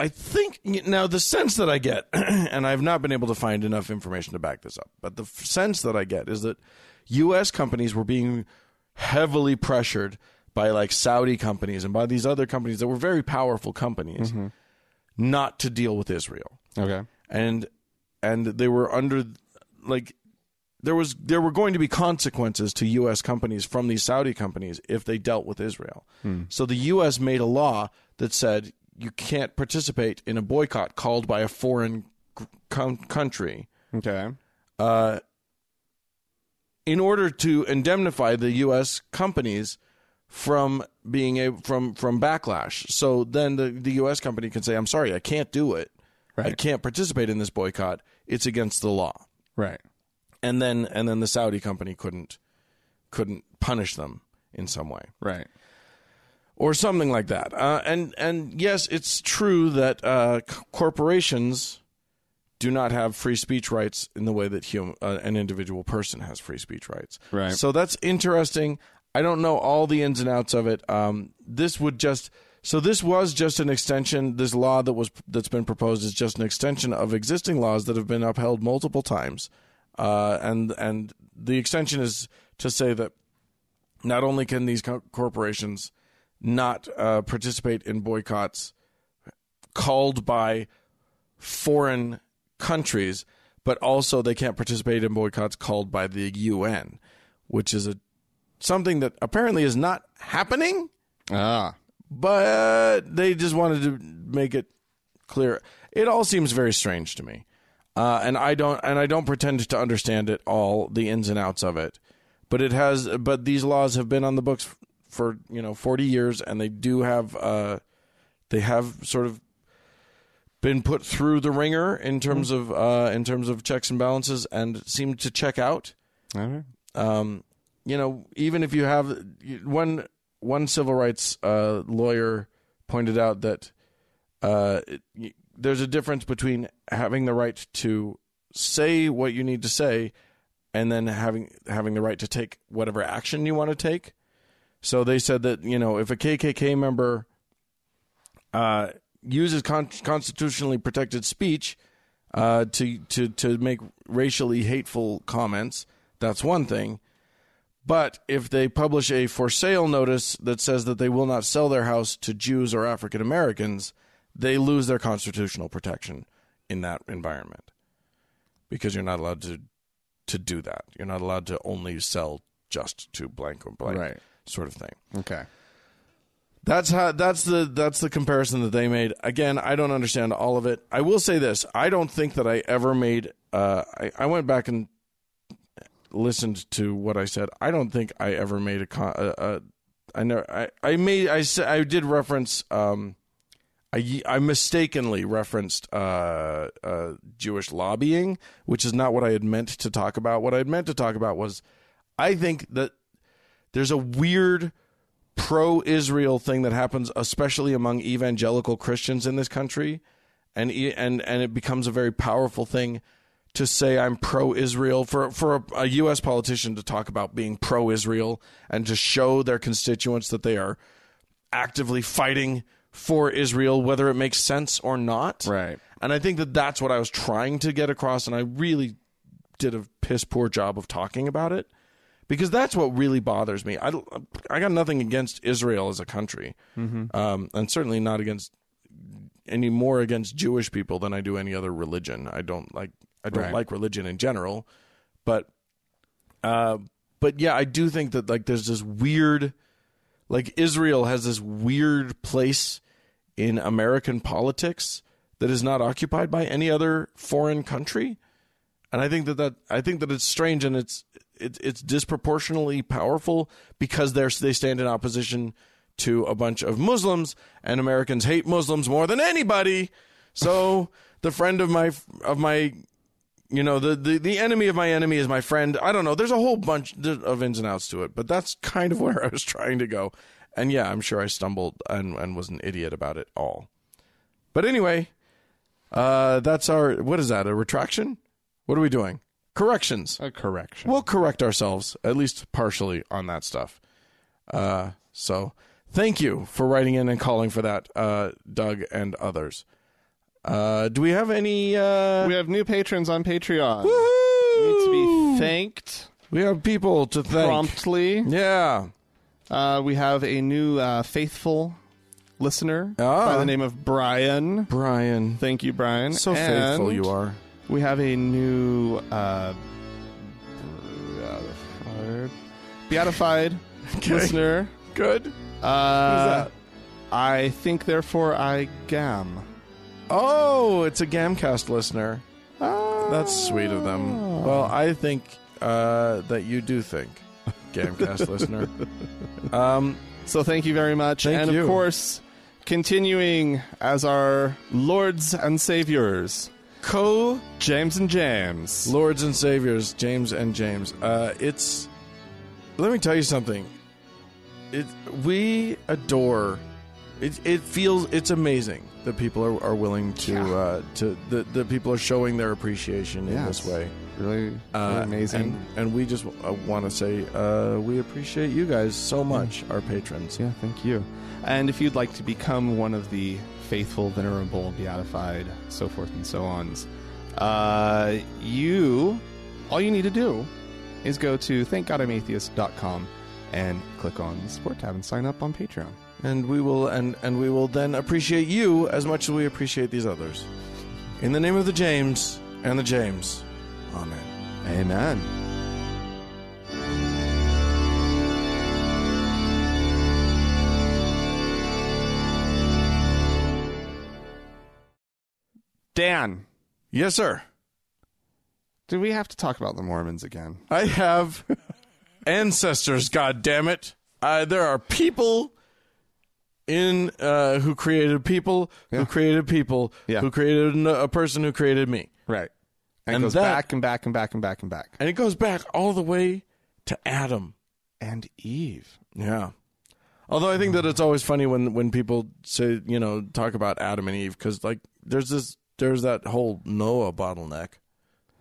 Speaker 2: I think now the sense that I get, and I've not been able to find enough information to back this up, but the f- sense that I get is that U.S. companies were being heavily pressured by like Saudi companies and by these other companies that were very powerful companies not to deal with Israel
Speaker 1: Okay.
Speaker 2: and and they were under like there was there were going to be consequences to US companies from these Saudi companies if they dealt with Israel. So the US made a law that said you can't participate in a boycott called by a foreign c- com- country
Speaker 1: Okay.
Speaker 2: in order to indemnify the U.S. companies from being a from from backlash. So then the the U.S. company can say, "I'm sorry, I can't do it. I
Speaker 1: Right.
Speaker 2: can't participate in this boycott. It's against the law."
Speaker 1: Right.
Speaker 2: And then and then the Saudi company couldn't couldn't punish them in some way
Speaker 1: Right.
Speaker 2: or something like that. Uh, and and yes, it's true that uh, c- corporations do not have free speech rights in the way that hum- uh, an individual person has free speech rights.
Speaker 1: Right.
Speaker 2: So that's interesting. I don't know all the ins and outs of it. Um, this would just so this was just an extension. This law that was that's been proposed is just an extension of existing laws that have been upheld multiple times, uh, and and the extension is to say that not only can these co- corporations not uh, participate in boycotts called by foreign countries, but also they can't participate in boycotts called by the UN, which is a something that apparently is not happening,
Speaker 1: Ah.
Speaker 2: but they just wanted to make it clear. It all seems very strange to me, uh, and I don't and I don't pretend to understand it all the ins and outs of it. But it has. But these laws have been on the books for you know forty years, and they do have. Uh, they have sort of been put through the ringer in terms of uh, in terms of checks and balances, and seem to check out
Speaker 1: All right.
Speaker 2: you know, even if you have one one civil rights uh, lawyer pointed out that uh, it, y- there's a difference between having the right to say what you need to say and then having having the right to take whatever action you want to take. So they said that you know if a KKK member uh, uses con- constitutionally protected speech uh, to to to make racially hateful comments, that's one thing. But if they publish a for sale notice that says that they will not sell their house to Jews or African Americans, they lose their constitutional protection in that environment because you're not allowed to to do that. You're not allowed to only sell just to blank or blank
Speaker 1: Right.
Speaker 2: sort of thing.
Speaker 1: Okay.
Speaker 2: That's how that's the that's the comparison that they made. Again, I don't understand all of it. I will say this: I don't think that I ever made. Uh, I, I went back and listened to what I said. I don't think I ever made a con. Uh, uh, I never. I I made. I sa- I did reference. Um, I, I mistakenly referenced uh, uh, Jewish lobbying, which is not what I had meant to talk about. What I had meant to talk about was I think that there's a weird pro Israel thing that happens, especially among evangelical Christians in this country. And, e- and, and it becomes a very powerful thing to say I'm pro Israel, for, for a, a U.S. politician to talk about being pro Israel and to show their constituents that they are actively fighting for Israel, whether it makes sense or not.
Speaker 1: Right.
Speaker 2: And I think that that's what I was trying to get across, and I really did a piss poor job of talking about it because that's what really bothers me. I, don't- I got nothing against Israel as a country, um, and certainly not against any more against Jewish people than I do any other religion. I don't like I don't
Speaker 1: Right.
Speaker 2: like religion in general, but uh, but yeah, I do think that like there's this weird like Israel has this weird place in American politics that is not occupied by any other foreign country, and I think that that I think that it's strange and it's it, it's disproportionately powerful because they're they stand in opposition to a bunch of Muslims and Americans hate Muslims more than anybody. So the friend of my of my you know the, the the enemy of my enemy is my friend i don't know there's a whole bunch of ins and outs to it but that's kind of where i was trying to go and yeah i'm sure i stumbled and, and was an idiot about it all but anyway uh that's our what is that a retraction what are we doing corrections
Speaker 1: A correction.
Speaker 2: we'll correct ourselves at least partially on that stuff uh so thank you for writing in and calling for that uh doug and others uh do we have any uh
Speaker 1: we have new patrons on Patreon.
Speaker 2: Woohoo!
Speaker 1: Need to be thanked
Speaker 2: We have people to thank.
Speaker 1: promptly.
Speaker 2: Yeah.
Speaker 1: Uh, we have a new uh, faithful listener by
Speaker 2: Ah.
Speaker 1: the name of Brian.
Speaker 2: Brian.
Speaker 1: Thank you, Brian.
Speaker 2: So faithful
Speaker 1: And
Speaker 2: you are.
Speaker 1: We have a new uh, beatified, beatified listener.
Speaker 2: Good.
Speaker 1: Uh, I think, therefore, I gam.
Speaker 2: Oh, it's a Gamcast listener. That's sweet of them. Well, I think uh, that you do think, Gamcast listener. Um,
Speaker 1: So thank you very much.
Speaker 2: Thank
Speaker 1: and
Speaker 2: you.
Speaker 1: of course, continuing as our lords and saviors,
Speaker 2: Co
Speaker 1: James and James.
Speaker 2: Lords and Saviors, James and James. Uh, it's. Let me tell you something. It we adore. It it feels it's amazing that people are, are willing to uh, to that, that people are showing their appreciation in this
Speaker 1: Yes.
Speaker 2: way.
Speaker 1: really,
Speaker 2: Uh,
Speaker 1: really amazing.
Speaker 2: and, and we just uh, want to say uh, we appreciate you guys
Speaker 1: Mm.
Speaker 2: so much, our patrons.
Speaker 1: yeah, thank you. And if you'd like to become one of the faithful, venerable, beatified, so forth and so ons, uh, you, all you need to do is go to thankgodimatheist.com and click on the support tab and sign up on Patreon.
Speaker 2: And we will and and we will then appreciate you as much as we appreciate these others. In the name of the James and the James, Amen.
Speaker 1: Amen. Dan,
Speaker 2: Yes, sir.
Speaker 1: do we have to talk about the Mormons again?
Speaker 2: I have ancestors. God damn it! Uh, there are people in uh, who created people who created people
Speaker 1: Yeah.
Speaker 2: who created an- a person who created me,
Speaker 1: Right. And,
Speaker 2: And
Speaker 1: it goes
Speaker 2: that-
Speaker 1: back and back and back and back and back.
Speaker 2: and it goes back all the way to Adam.
Speaker 1: And Eve.
Speaker 2: Yeah. Although I think that it's always funny when when people say you know talk about Adam and Eve because like there's this there's that whole Noah bottleneck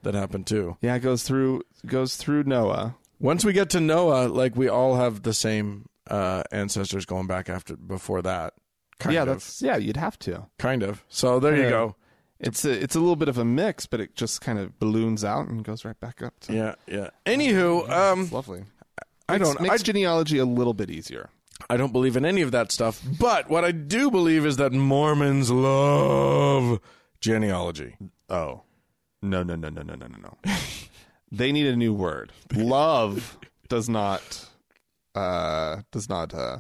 Speaker 2: that happened too.
Speaker 1: Yeah, it goes through goes through Noah.
Speaker 2: Once we get to Noah, like we all have the same uh, ancestors going back after before that. Kind
Speaker 1: yeah,
Speaker 2: of,
Speaker 1: that's yeah, you'd have to.
Speaker 2: kind of. So there you
Speaker 1: Yeah.
Speaker 2: go.
Speaker 1: It's a it's a little bit of a mix, but it just kind of balloons out and goes right back up to
Speaker 2: Yeah, yeah. Anywho, um,
Speaker 1: it's lovely.
Speaker 2: I don't, I,
Speaker 1: makes genealogy a little bit easier.
Speaker 2: I don't believe in any of that stuff. But what I do believe is that Mormons love genealogy.
Speaker 1: Oh. No, no, no, no, no, no, no, no. they need a new word. Love does not uh does not uh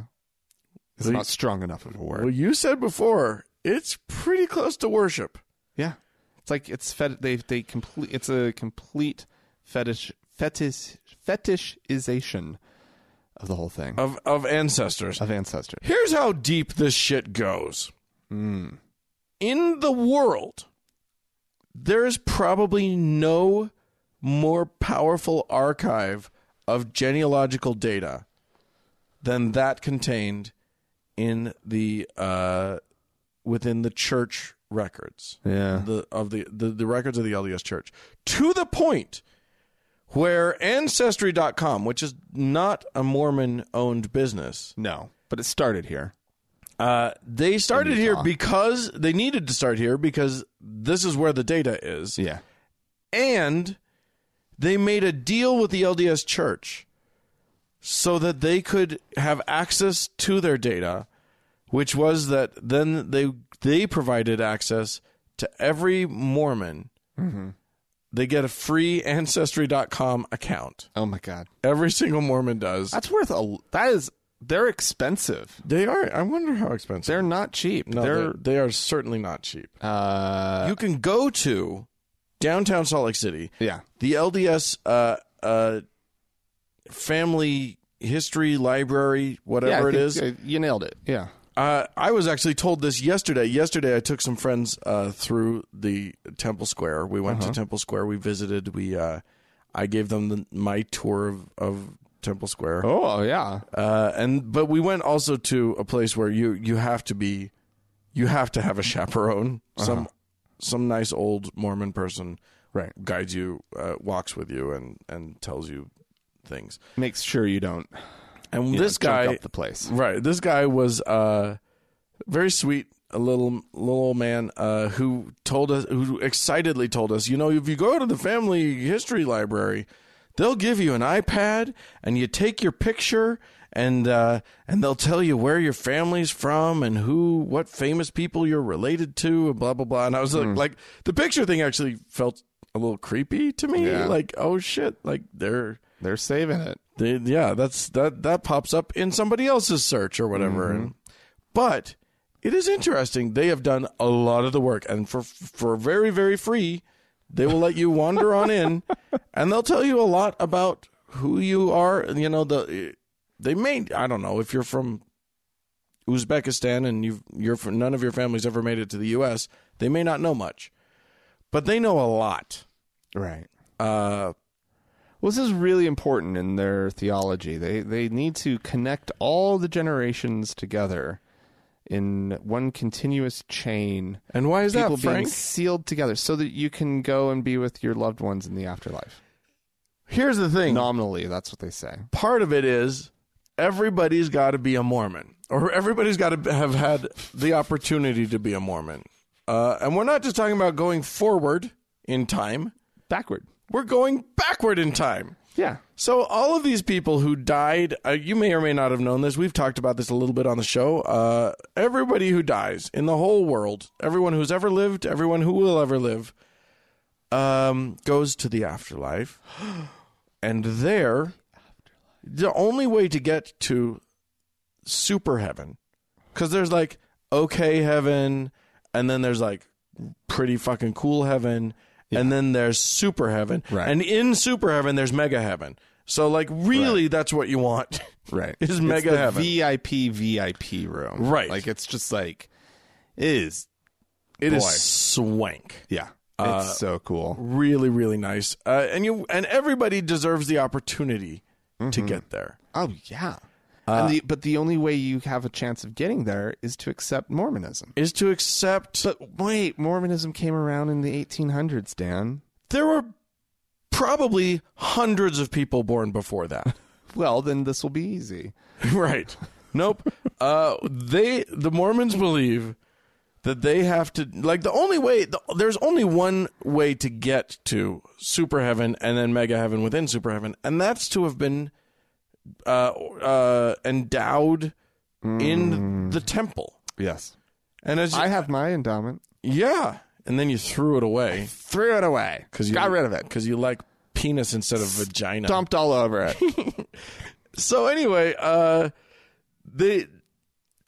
Speaker 1: is
Speaker 2: Well, you-
Speaker 1: not strong enough of a word.
Speaker 2: Well, you said before it's pretty close to worship.
Speaker 1: yeah. It's like it's fet- they they complete it's a complete fetish fetish fetishization of the whole thing
Speaker 2: Oh. of of ancestors.
Speaker 1: of ancestors.
Speaker 2: Here's how deep this shit goes. Hmm. In the world, there is probably no more powerful archive of genealogical data than that contained in the uh, within the church records.
Speaker 1: Yeah.
Speaker 2: The of the, the, the records of the LDS church. To the point where ancestry.com, which is not a Mormon owned business,
Speaker 1: No, but it started here.
Speaker 2: uh, they started here because they needed to start here because this is where the data is.
Speaker 1: Yeah.
Speaker 2: And they made a deal with the LDS church so that they could have access to their data, which was that then they they provided access to every Mormon.
Speaker 1: Mm-hmm.
Speaker 2: They get a free ancestry.com account.
Speaker 1: Oh my god.
Speaker 2: Every single Mormon does.
Speaker 1: That's worth a that is they're expensive.
Speaker 2: They are. I wonder how expensive.
Speaker 1: They're not cheap.
Speaker 2: no,
Speaker 1: they're
Speaker 2: they're, they are certainly not cheap.
Speaker 1: uh
Speaker 2: you can go to downtown Salt Lake City,
Speaker 1: yeah.
Speaker 2: the LDS uh, uh, family history library,
Speaker 1: yeah,
Speaker 2: whatever
Speaker 1: I
Speaker 2: it
Speaker 1: think,
Speaker 2: is.
Speaker 1: uh, You nailed it. Yeah.
Speaker 2: Uh, I was actually told this yesterday. Yesterday, I took some friends uh, through the Temple Square. We went
Speaker 1: Uh-huh.
Speaker 2: to Temple Square. We visited. We uh, I gave them the, my tour of, of Temple Square.
Speaker 1: Oh yeah.
Speaker 2: Uh, and but we went also to a place where you you have to be you have to have a chaperone
Speaker 1: Uh-huh.
Speaker 2: some some nice old mormon person
Speaker 1: Right.
Speaker 2: guides you uh, walks with you and and tells you things
Speaker 1: Makes sure you don't
Speaker 2: and
Speaker 1: you know,
Speaker 2: this
Speaker 1: junk
Speaker 2: guy
Speaker 1: up the place.
Speaker 2: right this guy was uh very sweet a little little old man uh who told us who excitedly told us you know if you go to the family history library they'll give you an ipad and you take your picture and uh and they'll tell you where your family's from and who what famous people you're related to and blah blah blah and i was like, like the picture thing actually felt a little creepy to me
Speaker 1: Yeah.
Speaker 2: like oh shit like they're
Speaker 1: They're saving it.
Speaker 2: they, yeah, that's that that pops up in somebody else's search or whatever. And, but it is interesting. They have done a lot of the work, and for for very very free, they will let you wander on in, and they'll tell you a lot about who you are. You know the they may I don't know if you're from Uzbekistan and you've you're from, none of your family's ever made it to the U.S. They may not know much, but they know a lot.
Speaker 1: Right.
Speaker 2: Uh,
Speaker 1: Well, this is really important in their theology. They they need to connect all the generations together in one continuous chain.
Speaker 2: and why is
Speaker 1: people
Speaker 2: that,
Speaker 1: being
Speaker 2: Frank?
Speaker 1: sealed together so that you can go and be with your loved ones in the afterlife.
Speaker 2: Here's the thing.
Speaker 1: Nominally, that's what they say.
Speaker 2: part of it is everybody's got to be a Mormon, or everybody's got to have had the opportunity to be a Mormon. Uh, and we're not just talking about going forward in time,
Speaker 1: Backward.
Speaker 2: we're going backward in time.
Speaker 1: Yeah.
Speaker 2: So, all of these people who died, uh, you may or may not have known this. We've talked about this a little bit on the show. Uh, everybody who dies in the whole world, everyone who's ever lived, everyone who will ever live, um, goes to the afterlife. And there, the only way to get to super heaven, because there's like okay heaven, and then there's like pretty fucking cool heaven, and then there's super heaven.
Speaker 1: Right.
Speaker 2: And in super heaven, there's mega heaven. So, like, really, that's what you want.
Speaker 1: Right.
Speaker 2: Is
Speaker 1: It's
Speaker 2: mega
Speaker 1: the
Speaker 2: heaven.
Speaker 1: VIP VIP room.
Speaker 2: Right.
Speaker 1: Like it's just like it is Uh,
Speaker 2: It is
Speaker 1: Boy.
Speaker 2: swank.
Speaker 1: yeah. It's so cool.
Speaker 2: Really, really nice. Uh, and you and everybody deserves the opportunity to get there.
Speaker 1: Oh yeah.
Speaker 2: Uh,
Speaker 1: and the, but the only way you have a chance of getting there is to accept Mormonism.
Speaker 2: Is to accept.
Speaker 1: But wait, Mormonism came around in the 1800s, Dan.
Speaker 2: there were probably hundreds of people born before that.
Speaker 1: Well, then this will be easy.
Speaker 2: right. Nope. Uh, they the Mormons believe that they have to like the only way the, there's only one way to get to super heaven and then mega heaven within super heaven and that's to have been uh, uh, endowed in the temple
Speaker 1: Yes.
Speaker 2: and as
Speaker 1: Mm. I have my endowment.
Speaker 2: yeah and then you threw it away
Speaker 1: Threw it away.
Speaker 2: you
Speaker 1: Got rid of it.
Speaker 2: because you like penis instead of vagina
Speaker 1: Dumped all over it.
Speaker 2: so anyway, uh, they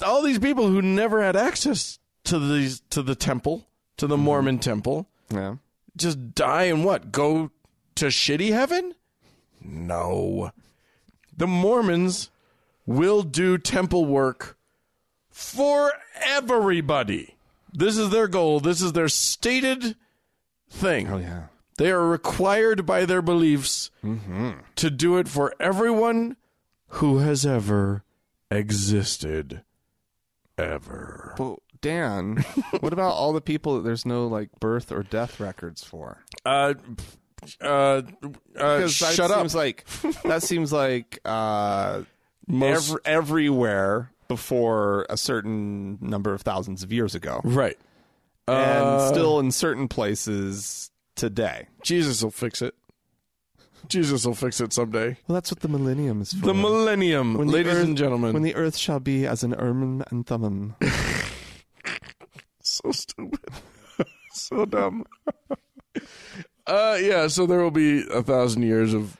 Speaker 2: all these people who never had access to these to the temple to the Mormon temple
Speaker 1: yeah.
Speaker 2: just die and what go to shitty heaven? No, the Mormons will do temple work for everybody. This is their goal. This is their stated thing.
Speaker 1: Oh, yeah.
Speaker 2: They are required by their beliefs to do it for everyone who has ever existed. Ever.
Speaker 1: But Dan, what about all the people that there's no like birth or death records for?
Speaker 2: Uh, uh, uh,
Speaker 1: Because that
Speaker 2: shut up.
Speaker 1: seems like that seems like uh,
Speaker 2: Most-
Speaker 1: ev- everywhere before a certain number of thousands of years ago,
Speaker 2: right. Uh,
Speaker 1: and still in certain places today.
Speaker 2: Jesus will fix it. Jesus will fix it someday.
Speaker 1: Well, that's what the millennium is for.
Speaker 2: The millennium,
Speaker 1: When the
Speaker 2: ladies
Speaker 1: earth-
Speaker 2: and gentlemen.
Speaker 1: When the earth shall be as an ermine and thummim.
Speaker 2: so stupid, so dumb. uh, yeah. So there will be a thousand years of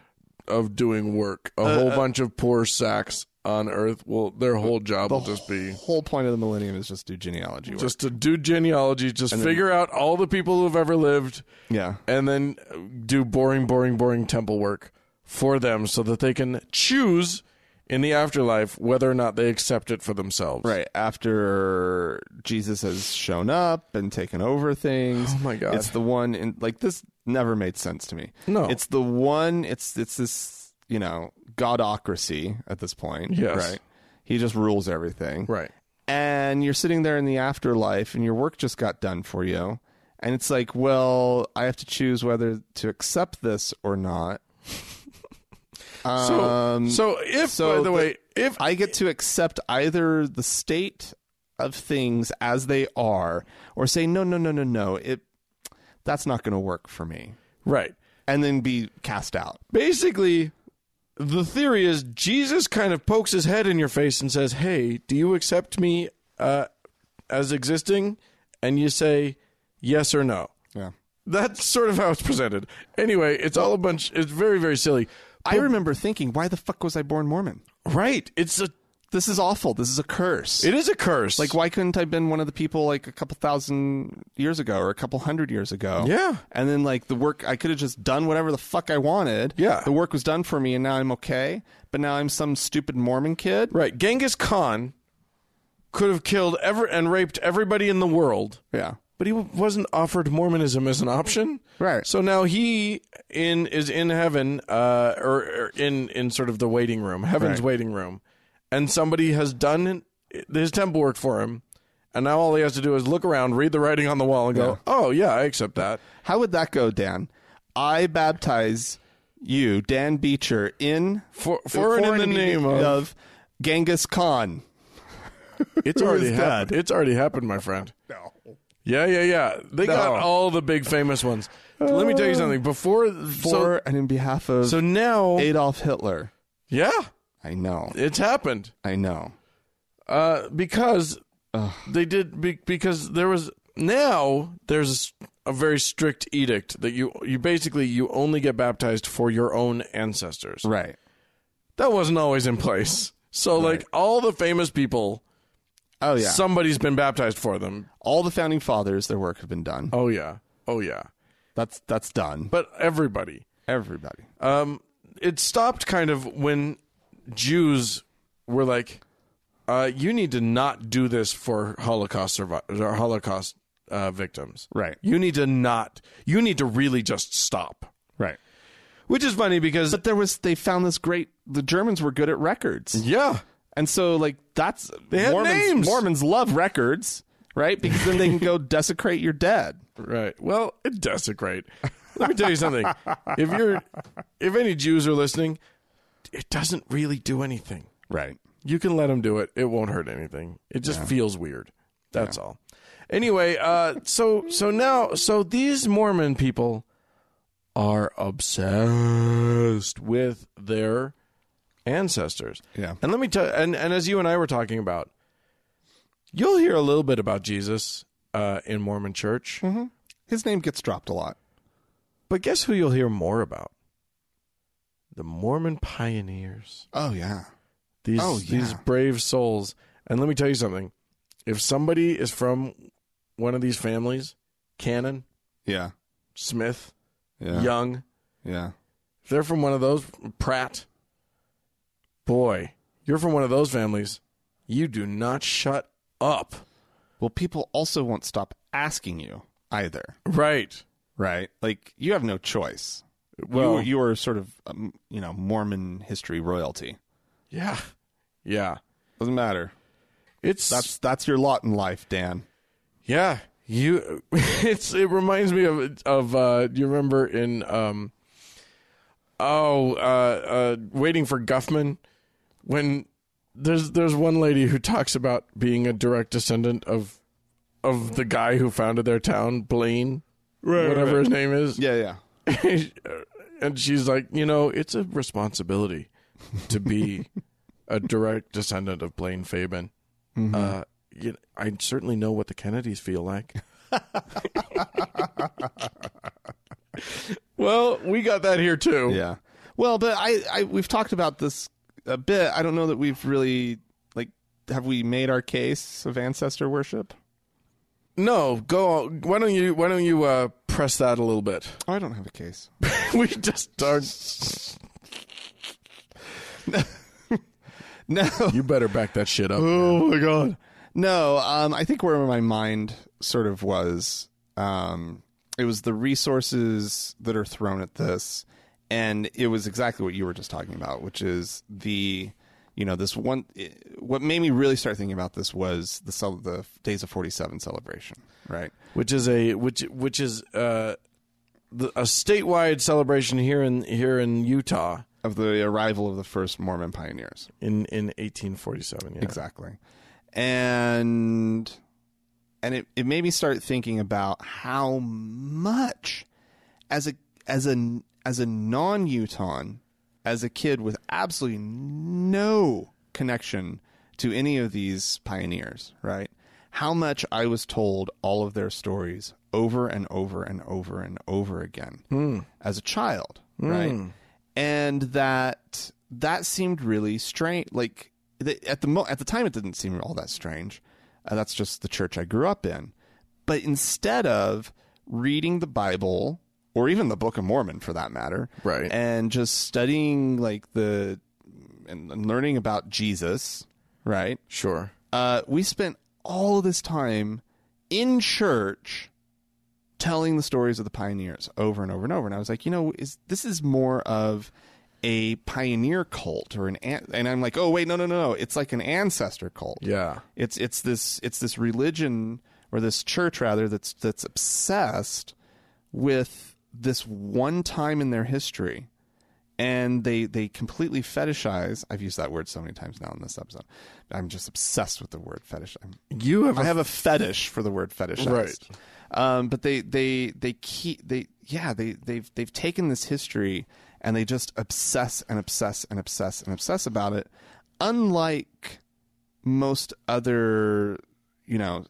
Speaker 2: of doing work.
Speaker 1: Uh,
Speaker 2: A whole bunch of poor sacks on Earth. Well, their whole job will just be
Speaker 1: Uh, whole point of the millennium is just do genealogy work.
Speaker 2: just to do genealogy, just figure out all the people who've ever lived,
Speaker 1: yeah.
Speaker 2: and then do boring, boring, boring temple work for them, so that they can choose in the afterlife whether or not they accept it for themselves.
Speaker 1: Right after Jesus has shown up and taken over things.
Speaker 2: Oh my God.
Speaker 1: It's the one in like this never made sense to me.
Speaker 2: No.
Speaker 1: it's the one. It's it's this you know godocracy at this point.
Speaker 2: Yes.
Speaker 1: right. He just rules everything.
Speaker 2: Right.
Speaker 1: and you're sitting there in the afterlife, and your work just got done for you, and it's like, well, I have to choose whether to accept this or not.
Speaker 2: So,
Speaker 1: Um,
Speaker 2: so if
Speaker 1: so
Speaker 2: by the
Speaker 1: the-
Speaker 2: way, if
Speaker 1: I get to accept either the state of things as they are or say no no no no no it that's not going to work for me
Speaker 2: right,
Speaker 1: and then be cast out.
Speaker 2: basically the theory is jesus kind of pokes his head in your face and says hey do you accept me uh, as existing and you say yes or no
Speaker 1: Yeah.
Speaker 2: that's sort of how it's presented anyway it's all a bunch it's very very silly
Speaker 1: I remember thinking why the fuck was I born Mormon?
Speaker 2: right it's a
Speaker 1: This is awful. This is a curse.
Speaker 2: it is a curse
Speaker 1: like why couldn't I have been one of the people like a couple thousand years ago or a couple hundred years ago?
Speaker 2: Yeah.
Speaker 1: And then like the work I could have just done whatever the fuck I wanted.
Speaker 2: Yeah.
Speaker 1: The work was done for me and now I'm okay. But now I'm some stupid Mormon kid.
Speaker 2: right genghis khan could have killed ever and raped everybody in the world
Speaker 1: Yeah.
Speaker 2: but he wasn't offered Mormonism as an option,
Speaker 1: Right.
Speaker 2: So now he in is in heaven, uh, or, or in in sort of the waiting room, heaven's
Speaker 1: Right.
Speaker 2: waiting room, and somebody has done his temple work for him, and now all he has to do is look around, read the writing on the wall, and go, "Oh yeah, I accept that."
Speaker 1: How would that go, Dan? I baptize you, Dan Beecher, in
Speaker 2: For for and in the name of,
Speaker 1: Genghis Khan.
Speaker 2: it's
Speaker 1: who
Speaker 2: already
Speaker 1: is
Speaker 2: happened. It's already happened, my friend. No. Yeah, yeah, yeah. They got all the big famous ones. Let me tell you something. Before,
Speaker 1: Uh, For
Speaker 2: so,
Speaker 1: and in behalf of
Speaker 2: so now,
Speaker 1: Adolf Hitler.
Speaker 2: yeah,
Speaker 1: I know.
Speaker 2: it's happened.
Speaker 1: I know.
Speaker 2: Uh, because they did be, because there was now there's a very strict edict that you you basically you only get baptized for your own ancestors.
Speaker 1: Right.
Speaker 2: That wasn't always in place. So like all the famous people,
Speaker 1: Oh yeah.
Speaker 2: somebody's been baptized for them.
Speaker 1: All the founding fathers, their work have been done.
Speaker 2: Oh yeah, oh yeah.
Speaker 1: That's that's done. But
Speaker 2: But everybody,
Speaker 1: everybody.
Speaker 2: um, it stopped kind of when Jews were like, uh, you need to not do this for Holocaust survivors or Holocaust uh, victims.
Speaker 1: Right.
Speaker 2: You need to not. You need to really just stop.
Speaker 1: Right.
Speaker 2: Which is funny because
Speaker 1: But there was they found this great the Germans were good at records.
Speaker 2: yeah,
Speaker 1: And so, like, that's
Speaker 2: had
Speaker 1: Mormons,
Speaker 2: names.
Speaker 1: Mormons love records, right? Because then they can go desecrate your dead.
Speaker 2: right. Well, it desecrate. Let me tell you something. If you're, if any Jews are listening, it doesn't really do anything.
Speaker 1: Right.
Speaker 2: You can let them do it. It won't hurt anything. It just feels weird. That's all. Anyway, uh, so so now so these Mormon people are obsessed with their ancestors.
Speaker 1: Yeah.
Speaker 2: And let me tell and and as you and I were talking about, you'll hear a little bit about Jesus uh, in Mormon Church,
Speaker 1: His name gets dropped a lot.
Speaker 2: but guess who you'll hear more about? The Mormon pioneers.
Speaker 1: Oh, yeah.
Speaker 2: these
Speaker 1: Oh,
Speaker 2: these
Speaker 1: yeah.
Speaker 2: brave souls. And let me tell you something: if somebody is from one of these families, Cannon,
Speaker 1: Yeah.
Speaker 2: Smith,
Speaker 1: Yeah.
Speaker 2: Young,
Speaker 1: Yeah.
Speaker 2: if they're from one of those Pratt. Boy, you're from one of those families. You do not shut up.
Speaker 1: Well, people also won't stop asking you either,
Speaker 2: Right.
Speaker 1: right? Like you have no choice.
Speaker 2: Well-
Speaker 1: you, you are sort of um, you know Mormon history royalty.
Speaker 2: Yeah. Yeah.
Speaker 1: Doesn't matter.
Speaker 2: It's
Speaker 1: That's that's your lot in life, Dan.
Speaker 2: Yeah, you. It's. It reminds me of of. Uh, do you remember in um. Oh, uh, uh, waiting for Guffman, when there's there's one lady who talks about being a direct descendant of of the guy who founded their town, Blaine, whatever his name is.
Speaker 1: Yeah, yeah.
Speaker 2: and she's like, you know, it's a responsibility to be a direct descendant of Blaine Fabian. Uh, you I certainly know what the Kennedys feel like. well, we got that here too.
Speaker 1: Yeah. Well, but I, I we've talked about this a bit. I don't know that we've really like have we made our case of ancestor worship?
Speaker 2: No, go. On. Why don't you? Why don't you uh, press that a little bit?
Speaker 1: Oh, I don't have a case.
Speaker 2: we just are.
Speaker 1: No.
Speaker 2: You better back that shit up.
Speaker 1: oh my god. No, um I think where my mind sort of was um it was the resources that are thrown at this and it was exactly what you were just talking about, which is the you know this one it- what made me really start thinking about this was the cel- the days of 47 celebration, right?
Speaker 2: which is a which which is uh, the, a statewide celebration here in here in Utah
Speaker 1: of the arrival of the first Mormon pioneers.
Speaker 2: in in 1847. Yeah.
Speaker 1: Exactly. And and it, it made me start thinking about how much as a as a as a non Utahn, as a kid with absolutely no connection to any of these pioneers, right? How much I was told all of their stories over and over and over and over again as a child, right? And that that seemed really strange. Like the, at the mo- at the time, it didn't seem all that strange. Uh, that's just the church I grew up in but instead of reading the bible or even the book of mormon for that matter
Speaker 2: Right.
Speaker 1: and just studying like the and, and learning about jesus right
Speaker 2: Sure.
Speaker 1: uh, we spent all of this time in church telling the stories of the pioneers over and over and over and i was like you know is this is more of a pioneer cult or an, an and i'm like oh wait no no no no it's like an ancestor cult
Speaker 2: Yeah.
Speaker 1: it's it's this it's this religion or this church rather that's that's obsessed with this one time in their history and they they completely fetishize i've used that word so many times now in this episode i'm just obsessed with the word fetish I'm,
Speaker 2: You have.
Speaker 1: i have a fetish for the word fetishized
Speaker 2: Right.
Speaker 1: um, but they they they keep they yeah they they've they've taken this history and they just obsess and obsess and obsess and obsess about it unlike most other you know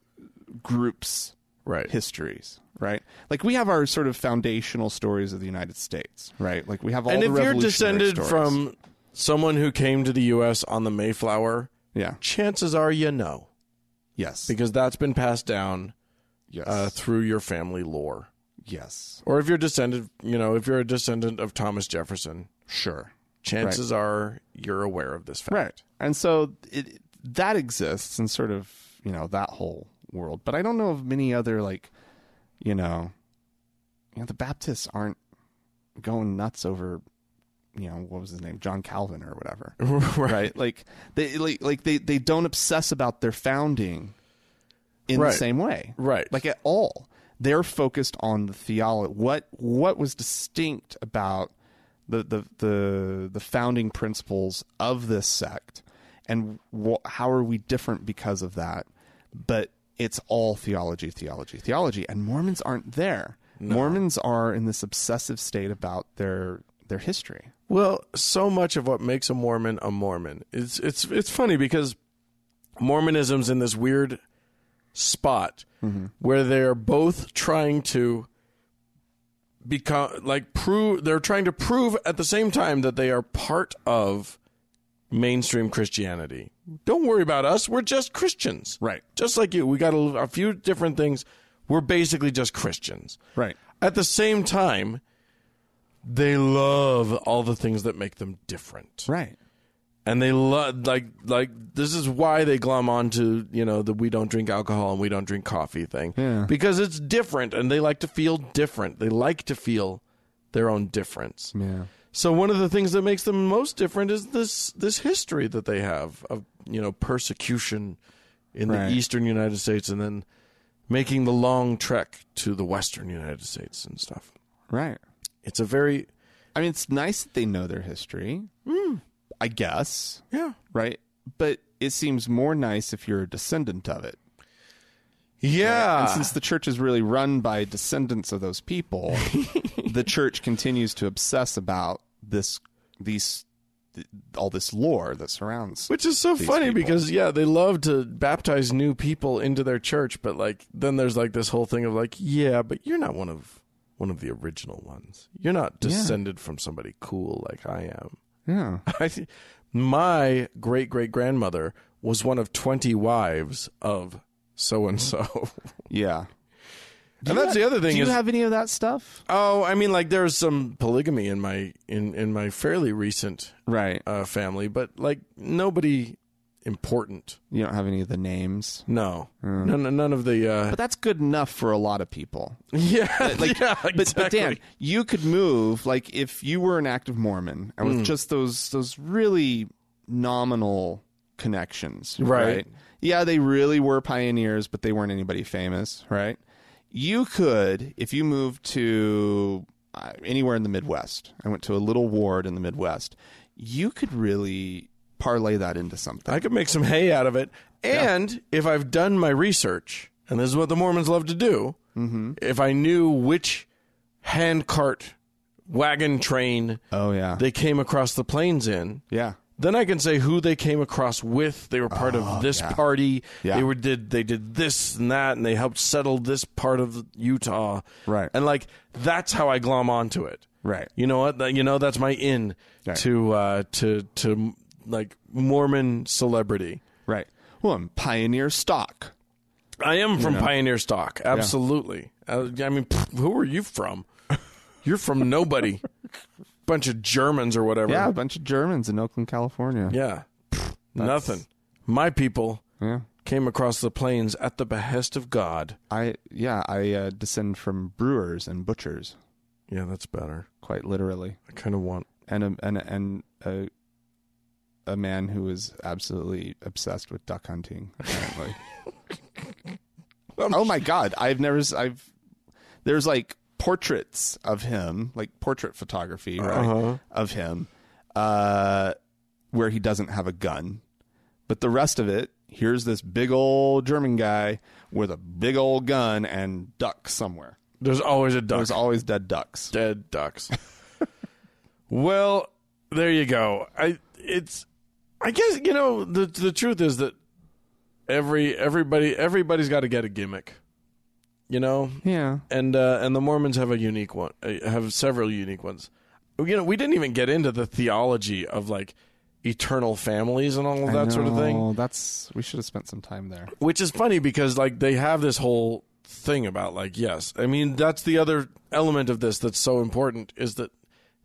Speaker 1: groups
Speaker 2: Right.
Speaker 1: histories right like we have our sort of foundational stories of the united states right like we have all
Speaker 2: and
Speaker 1: the
Speaker 2: if you're
Speaker 1: revolutionary
Speaker 2: descended
Speaker 1: stories.
Speaker 2: from someone who came to the U.S. on the Mayflower,
Speaker 1: yeah
Speaker 2: chances are you know
Speaker 1: yes
Speaker 2: because that's been passed down
Speaker 1: yes
Speaker 2: uh, through your family lore.
Speaker 1: yes
Speaker 2: Or if you're descended, you know, if you're a descendant of Thomas Jefferson,
Speaker 1: sure
Speaker 2: chances are you're aware of this fact.
Speaker 1: Right. And so it, that exists in sort of, you know, that whole world. But I don't know of many other, like, you know, you know, the Baptists aren't going nuts over, you know, what was his name? John Calvin or whatever.
Speaker 2: right.
Speaker 1: Like they like, like they, they don't obsess about their founding in
Speaker 2: Right.
Speaker 1: the same way.
Speaker 2: Right.
Speaker 1: Like at all. They're focused on the theology. What what was distinct about the the the, the founding principles of this sect, and wh- how are we different because of that? But it's all theology, theology, theology, and Mormons aren't there. Mormons are in this obsessive state about their their history.
Speaker 2: Well, so much of what makes a Mormon a Mormon. It's it's it's funny because Mormonism's in this weird spot where they're both trying to become like prove they're trying to prove at the same time that they are part of mainstream Christianity. Don't worry about us, we're just Christians.
Speaker 1: Right.
Speaker 2: Just like you, we got a, a few different things. We're basically just Christians.
Speaker 1: Right.
Speaker 2: At the same time, they love all the things that make them different.
Speaker 1: Right.
Speaker 2: and they love like like this is why they glom onto you know the we don't drink alcohol and we don't drink coffee thing
Speaker 1: Yeah.
Speaker 2: because it's different and they like to feel different they like to feel their own difference
Speaker 1: Yeah.
Speaker 2: so one of the things that makes them most different is this this history that they have of you know persecution in
Speaker 1: Right.
Speaker 2: the eastern United States and then making the long trek to the western United States and stuff.
Speaker 1: Right.
Speaker 2: It's a very
Speaker 1: I mean, it's nice that they know their history. I guess.
Speaker 2: yeah
Speaker 1: Right. But it seems more nice if you're a descendant of it.
Speaker 2: yeah
Speaker 1: And since the church is really run by descendants of those people, the church continues to obsess about this, these, th- all this lore that surrounds.
Speaker 2: Which is so funny because yeah, they love to baptize new people into their church, but like then there's like this whole thing of like, yeah, but you're not one of one of the original ones. You're not descended from somebody cool like I am.
Speaker 1: yeah.
Speaker 2: I th- my great great grandmother was one of twenty wives of so and so,
Speaker 1: Yeah.
Speaker 2: and that's the other
Speaker 1: Mm-hmm.
Speaker 2: thing.
Speaker 1: Do you
Speaker 2: is,
Speaker 1: have any of that stuff?
Speaker 2: oh, I mean, like there's some polygamy in my in in my fairly recent
Speaker 1: Right.
Speaker 2: uh, family, but like nobody important.
Speaker 1: You don't have any of the names.
Speaker 2: No,
Speaker 1: Mm.
Speaker 2: none, none of the. Uh,
Speaker 1: But that's good enough for a lot of people.
Speaker 2: yeah,
Speaker 1: Like,
Speaker 2: yeah,
Speaker 1: but,
Speaker 2: exactly.
Speaker 1: but Dan, you could move like if you were an active Mormon and with
Speaker 2: Mm.
Speaker 1: just those those really nominal connections,
Speaker 2: Right.
Speaker 1: Yeah, they really were pioneers, but they weren't anybody famous, right? You could, if you moved to uh, anywhere in the Midwest, I went to a little ward in the Midwest. You could really parlay that into something.
Speaker 2: I could make some hay out of it, and if I've done my research, and this is what the Mormons love to do,
Speaker 1: Mm-hmm.
Speaker 2: if I knew which handcart wagon train
Speaker 1: oh yeah,
Speaker 2: they came across the plains in,
Speaker 1: yeah,
Speaker 2: then I can say who they came across with. They were part of this party.
Speaker 1: Oh, Yeah.
Speaker 2: They were did they did this and that, and they helped settle this part of Utah.
Speaker 1: Right.
Speaker 2: And like that's how I glom onto it.
Speaker 1: Right.
Speaker 2: You know what? That- You know that's my in
Speaker 1: Right.
Speaker 2: to uh, to to like Mormon celebrity.
Speaker 1: right. Well, and pioneer stock.
Speaker 2: I am from pioneer stock. Absolutely. Uh, I mean, pff, who are you from? You're from nobody. Bunch of Germans or whatever.
Speaker 1: Yeah, a bunch of Germans in Oakland, California.
Speaker 2: Yeah. Pfft, Nothing. My people came across the plains at the behest of God.
Speaker 1: I yeah, I uh, descend from brewers and butchers,
Speaker 2: Yeah, that's better.
Speaker 1: quite literally,
Speaker 2: I kind of want.
Speaker 1: and a, and a, and a, a man who is absolutely obsessed with duck hunting. Apparently. oh my god, I've never s- I've there's like portraits of him, like portrait photography, right, of him, uh, where he doesn't have a gun, but the rest of it. Here's this big old German guy with a big old gun and duck somewhere.
Speaker 2: There's always a duck.
Speaker 1: There's always dead ducks.
Speaker 2: dead ducks. well, there you go. I it's I guess you know the the truth is that every everybody everybody's got to get a gimmick. You know,
Speaker 1: Yeah.
Speaker 2: and uh, and the Mormons have a unique one, uh, have several unique ones. You know, we didn't even get into the theology of like eternal families and all of that sort of thing,
Speaker 1: That's we should have spent some time there.
Speaker 2: which is funny because like they have this whole thing about like yes, I mean that's the other element of this that's so important is that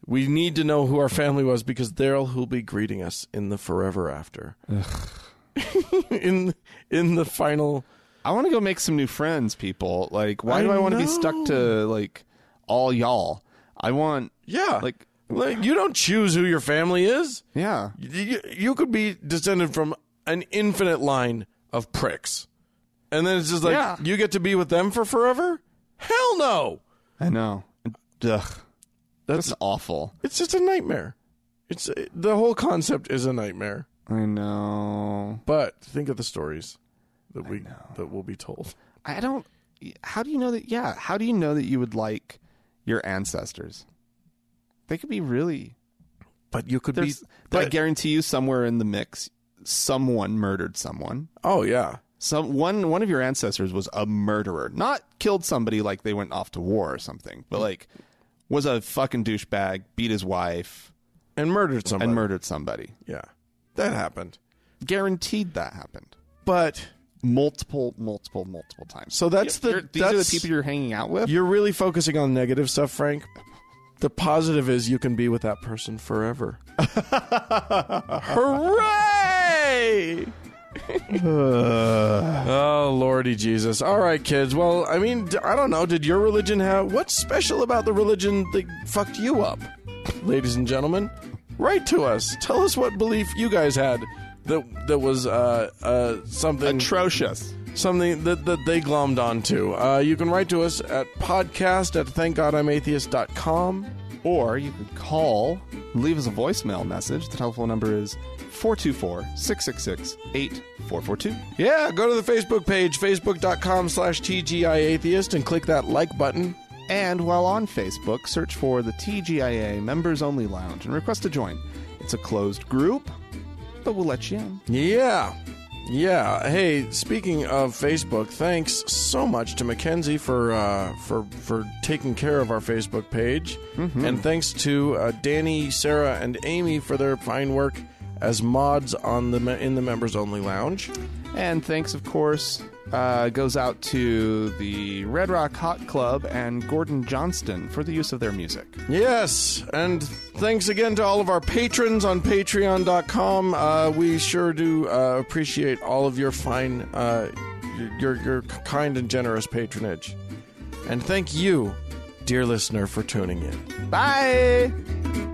Speaker 2: we need to know who our family was because they're who'll be greeting us in the forever after, in in the final.
Speaker 1: I want to go make some new friends, people. Like, why do I want to be stuck to like all y'all? I want
Speaker 2: Yeah,
Speaker 1: Like-
Speaker 2: like you don't choose who your family is.
Speaker 1: yeah,
Speaker 2: you, you could be descended from an infinite line of pricks. And then it's just like,
Speaker 1: Yeah.
Speaker 2: you get to be with them for forever? Hell no!
Speaker 1: I know. Ugh, that's awful.
Speaker 2: It's just a nightmare. It's uh, the whole concept is a nightmare.
Speaker 1: I know.
Speaker 2: But think of the stories that we that will be told.
Speaker 1: I don't. How do you know that? Yeah, how do you know that you would like your ancestors? They could be really.
Speaker 2: But you could
Speaker 1: There's,
Speaker 2: be
Speaker 1: I
Speaker 2: but,
Speaker 1: guarantee you, somewhere in the mix, someone murdered someone.
Speaker 2: Oh yeah.
Speaker 1: Some one one of your ancestors was a murderer, not killed somebody like they went off to war or something, but like was a fucking douchebag, beat his wife,
Speaker 2: And murdered somebody.
Speaker 1: and murdered somebody.
Speaker 2: Yeah. That happened.
Speaker 1: Guaranteed that happened
Speaker 2: But
Speaker 1: multiple, multiple, multiple times.
Speaker 2: so that's
Speaker 1: You're-
Speaker 2: the
Speaker 1: these are the
Speaker 2: that's-
Speaker 1: people you're hanging out with.
Speaker 2: You're really focusing on negative stuff, Frank. The positive is you can be with that person forever. Hooray! oh lordy jesus all right kids well i mean d- i don't know did your religion have what's special about the religion that fucked you up ladies and gentlemen write to us tell us what belief you guys had that that was uh uh something
Speaker 1: Atrocious.
Speaker 2: something that, that they glommed onto uh you can write to us at podcast at thankgodimatheist.com
Speaker 1: Or you could call, leave us a voicemail message. The telephone number is 424 666 8442.
Speaker 2: yeah go to the facebook page facebook.com slash tgiatheist and click that like button
Speaker 1: And while on Facebook, search for the TGIA Members Only Lounge and request to join. It's a closed group, but we'll let you in.
Speaker 2: Yeah. Yeah. Hey, speaking of Facebook, thanks so much to Mackenzie for uh, for for taking care of our Facebook page, and thanks to uh, Danny, Sarah, and Amy for their fine work as mods on the me- in the members only lounge.
Speaker 1: And thanks, of course, uh, goes out to the Red Rock Hot Club and Gordon Johnston for the use of their music.
Speaker 2: Yes, and thanks again to all of our patrons on Patreon.com. Uh, we sure do uh, appreciate all of your fine, uh, your, your your kind and generous patronage, and thank you, dear listener, for tuning in.
Speaker 1: Bye!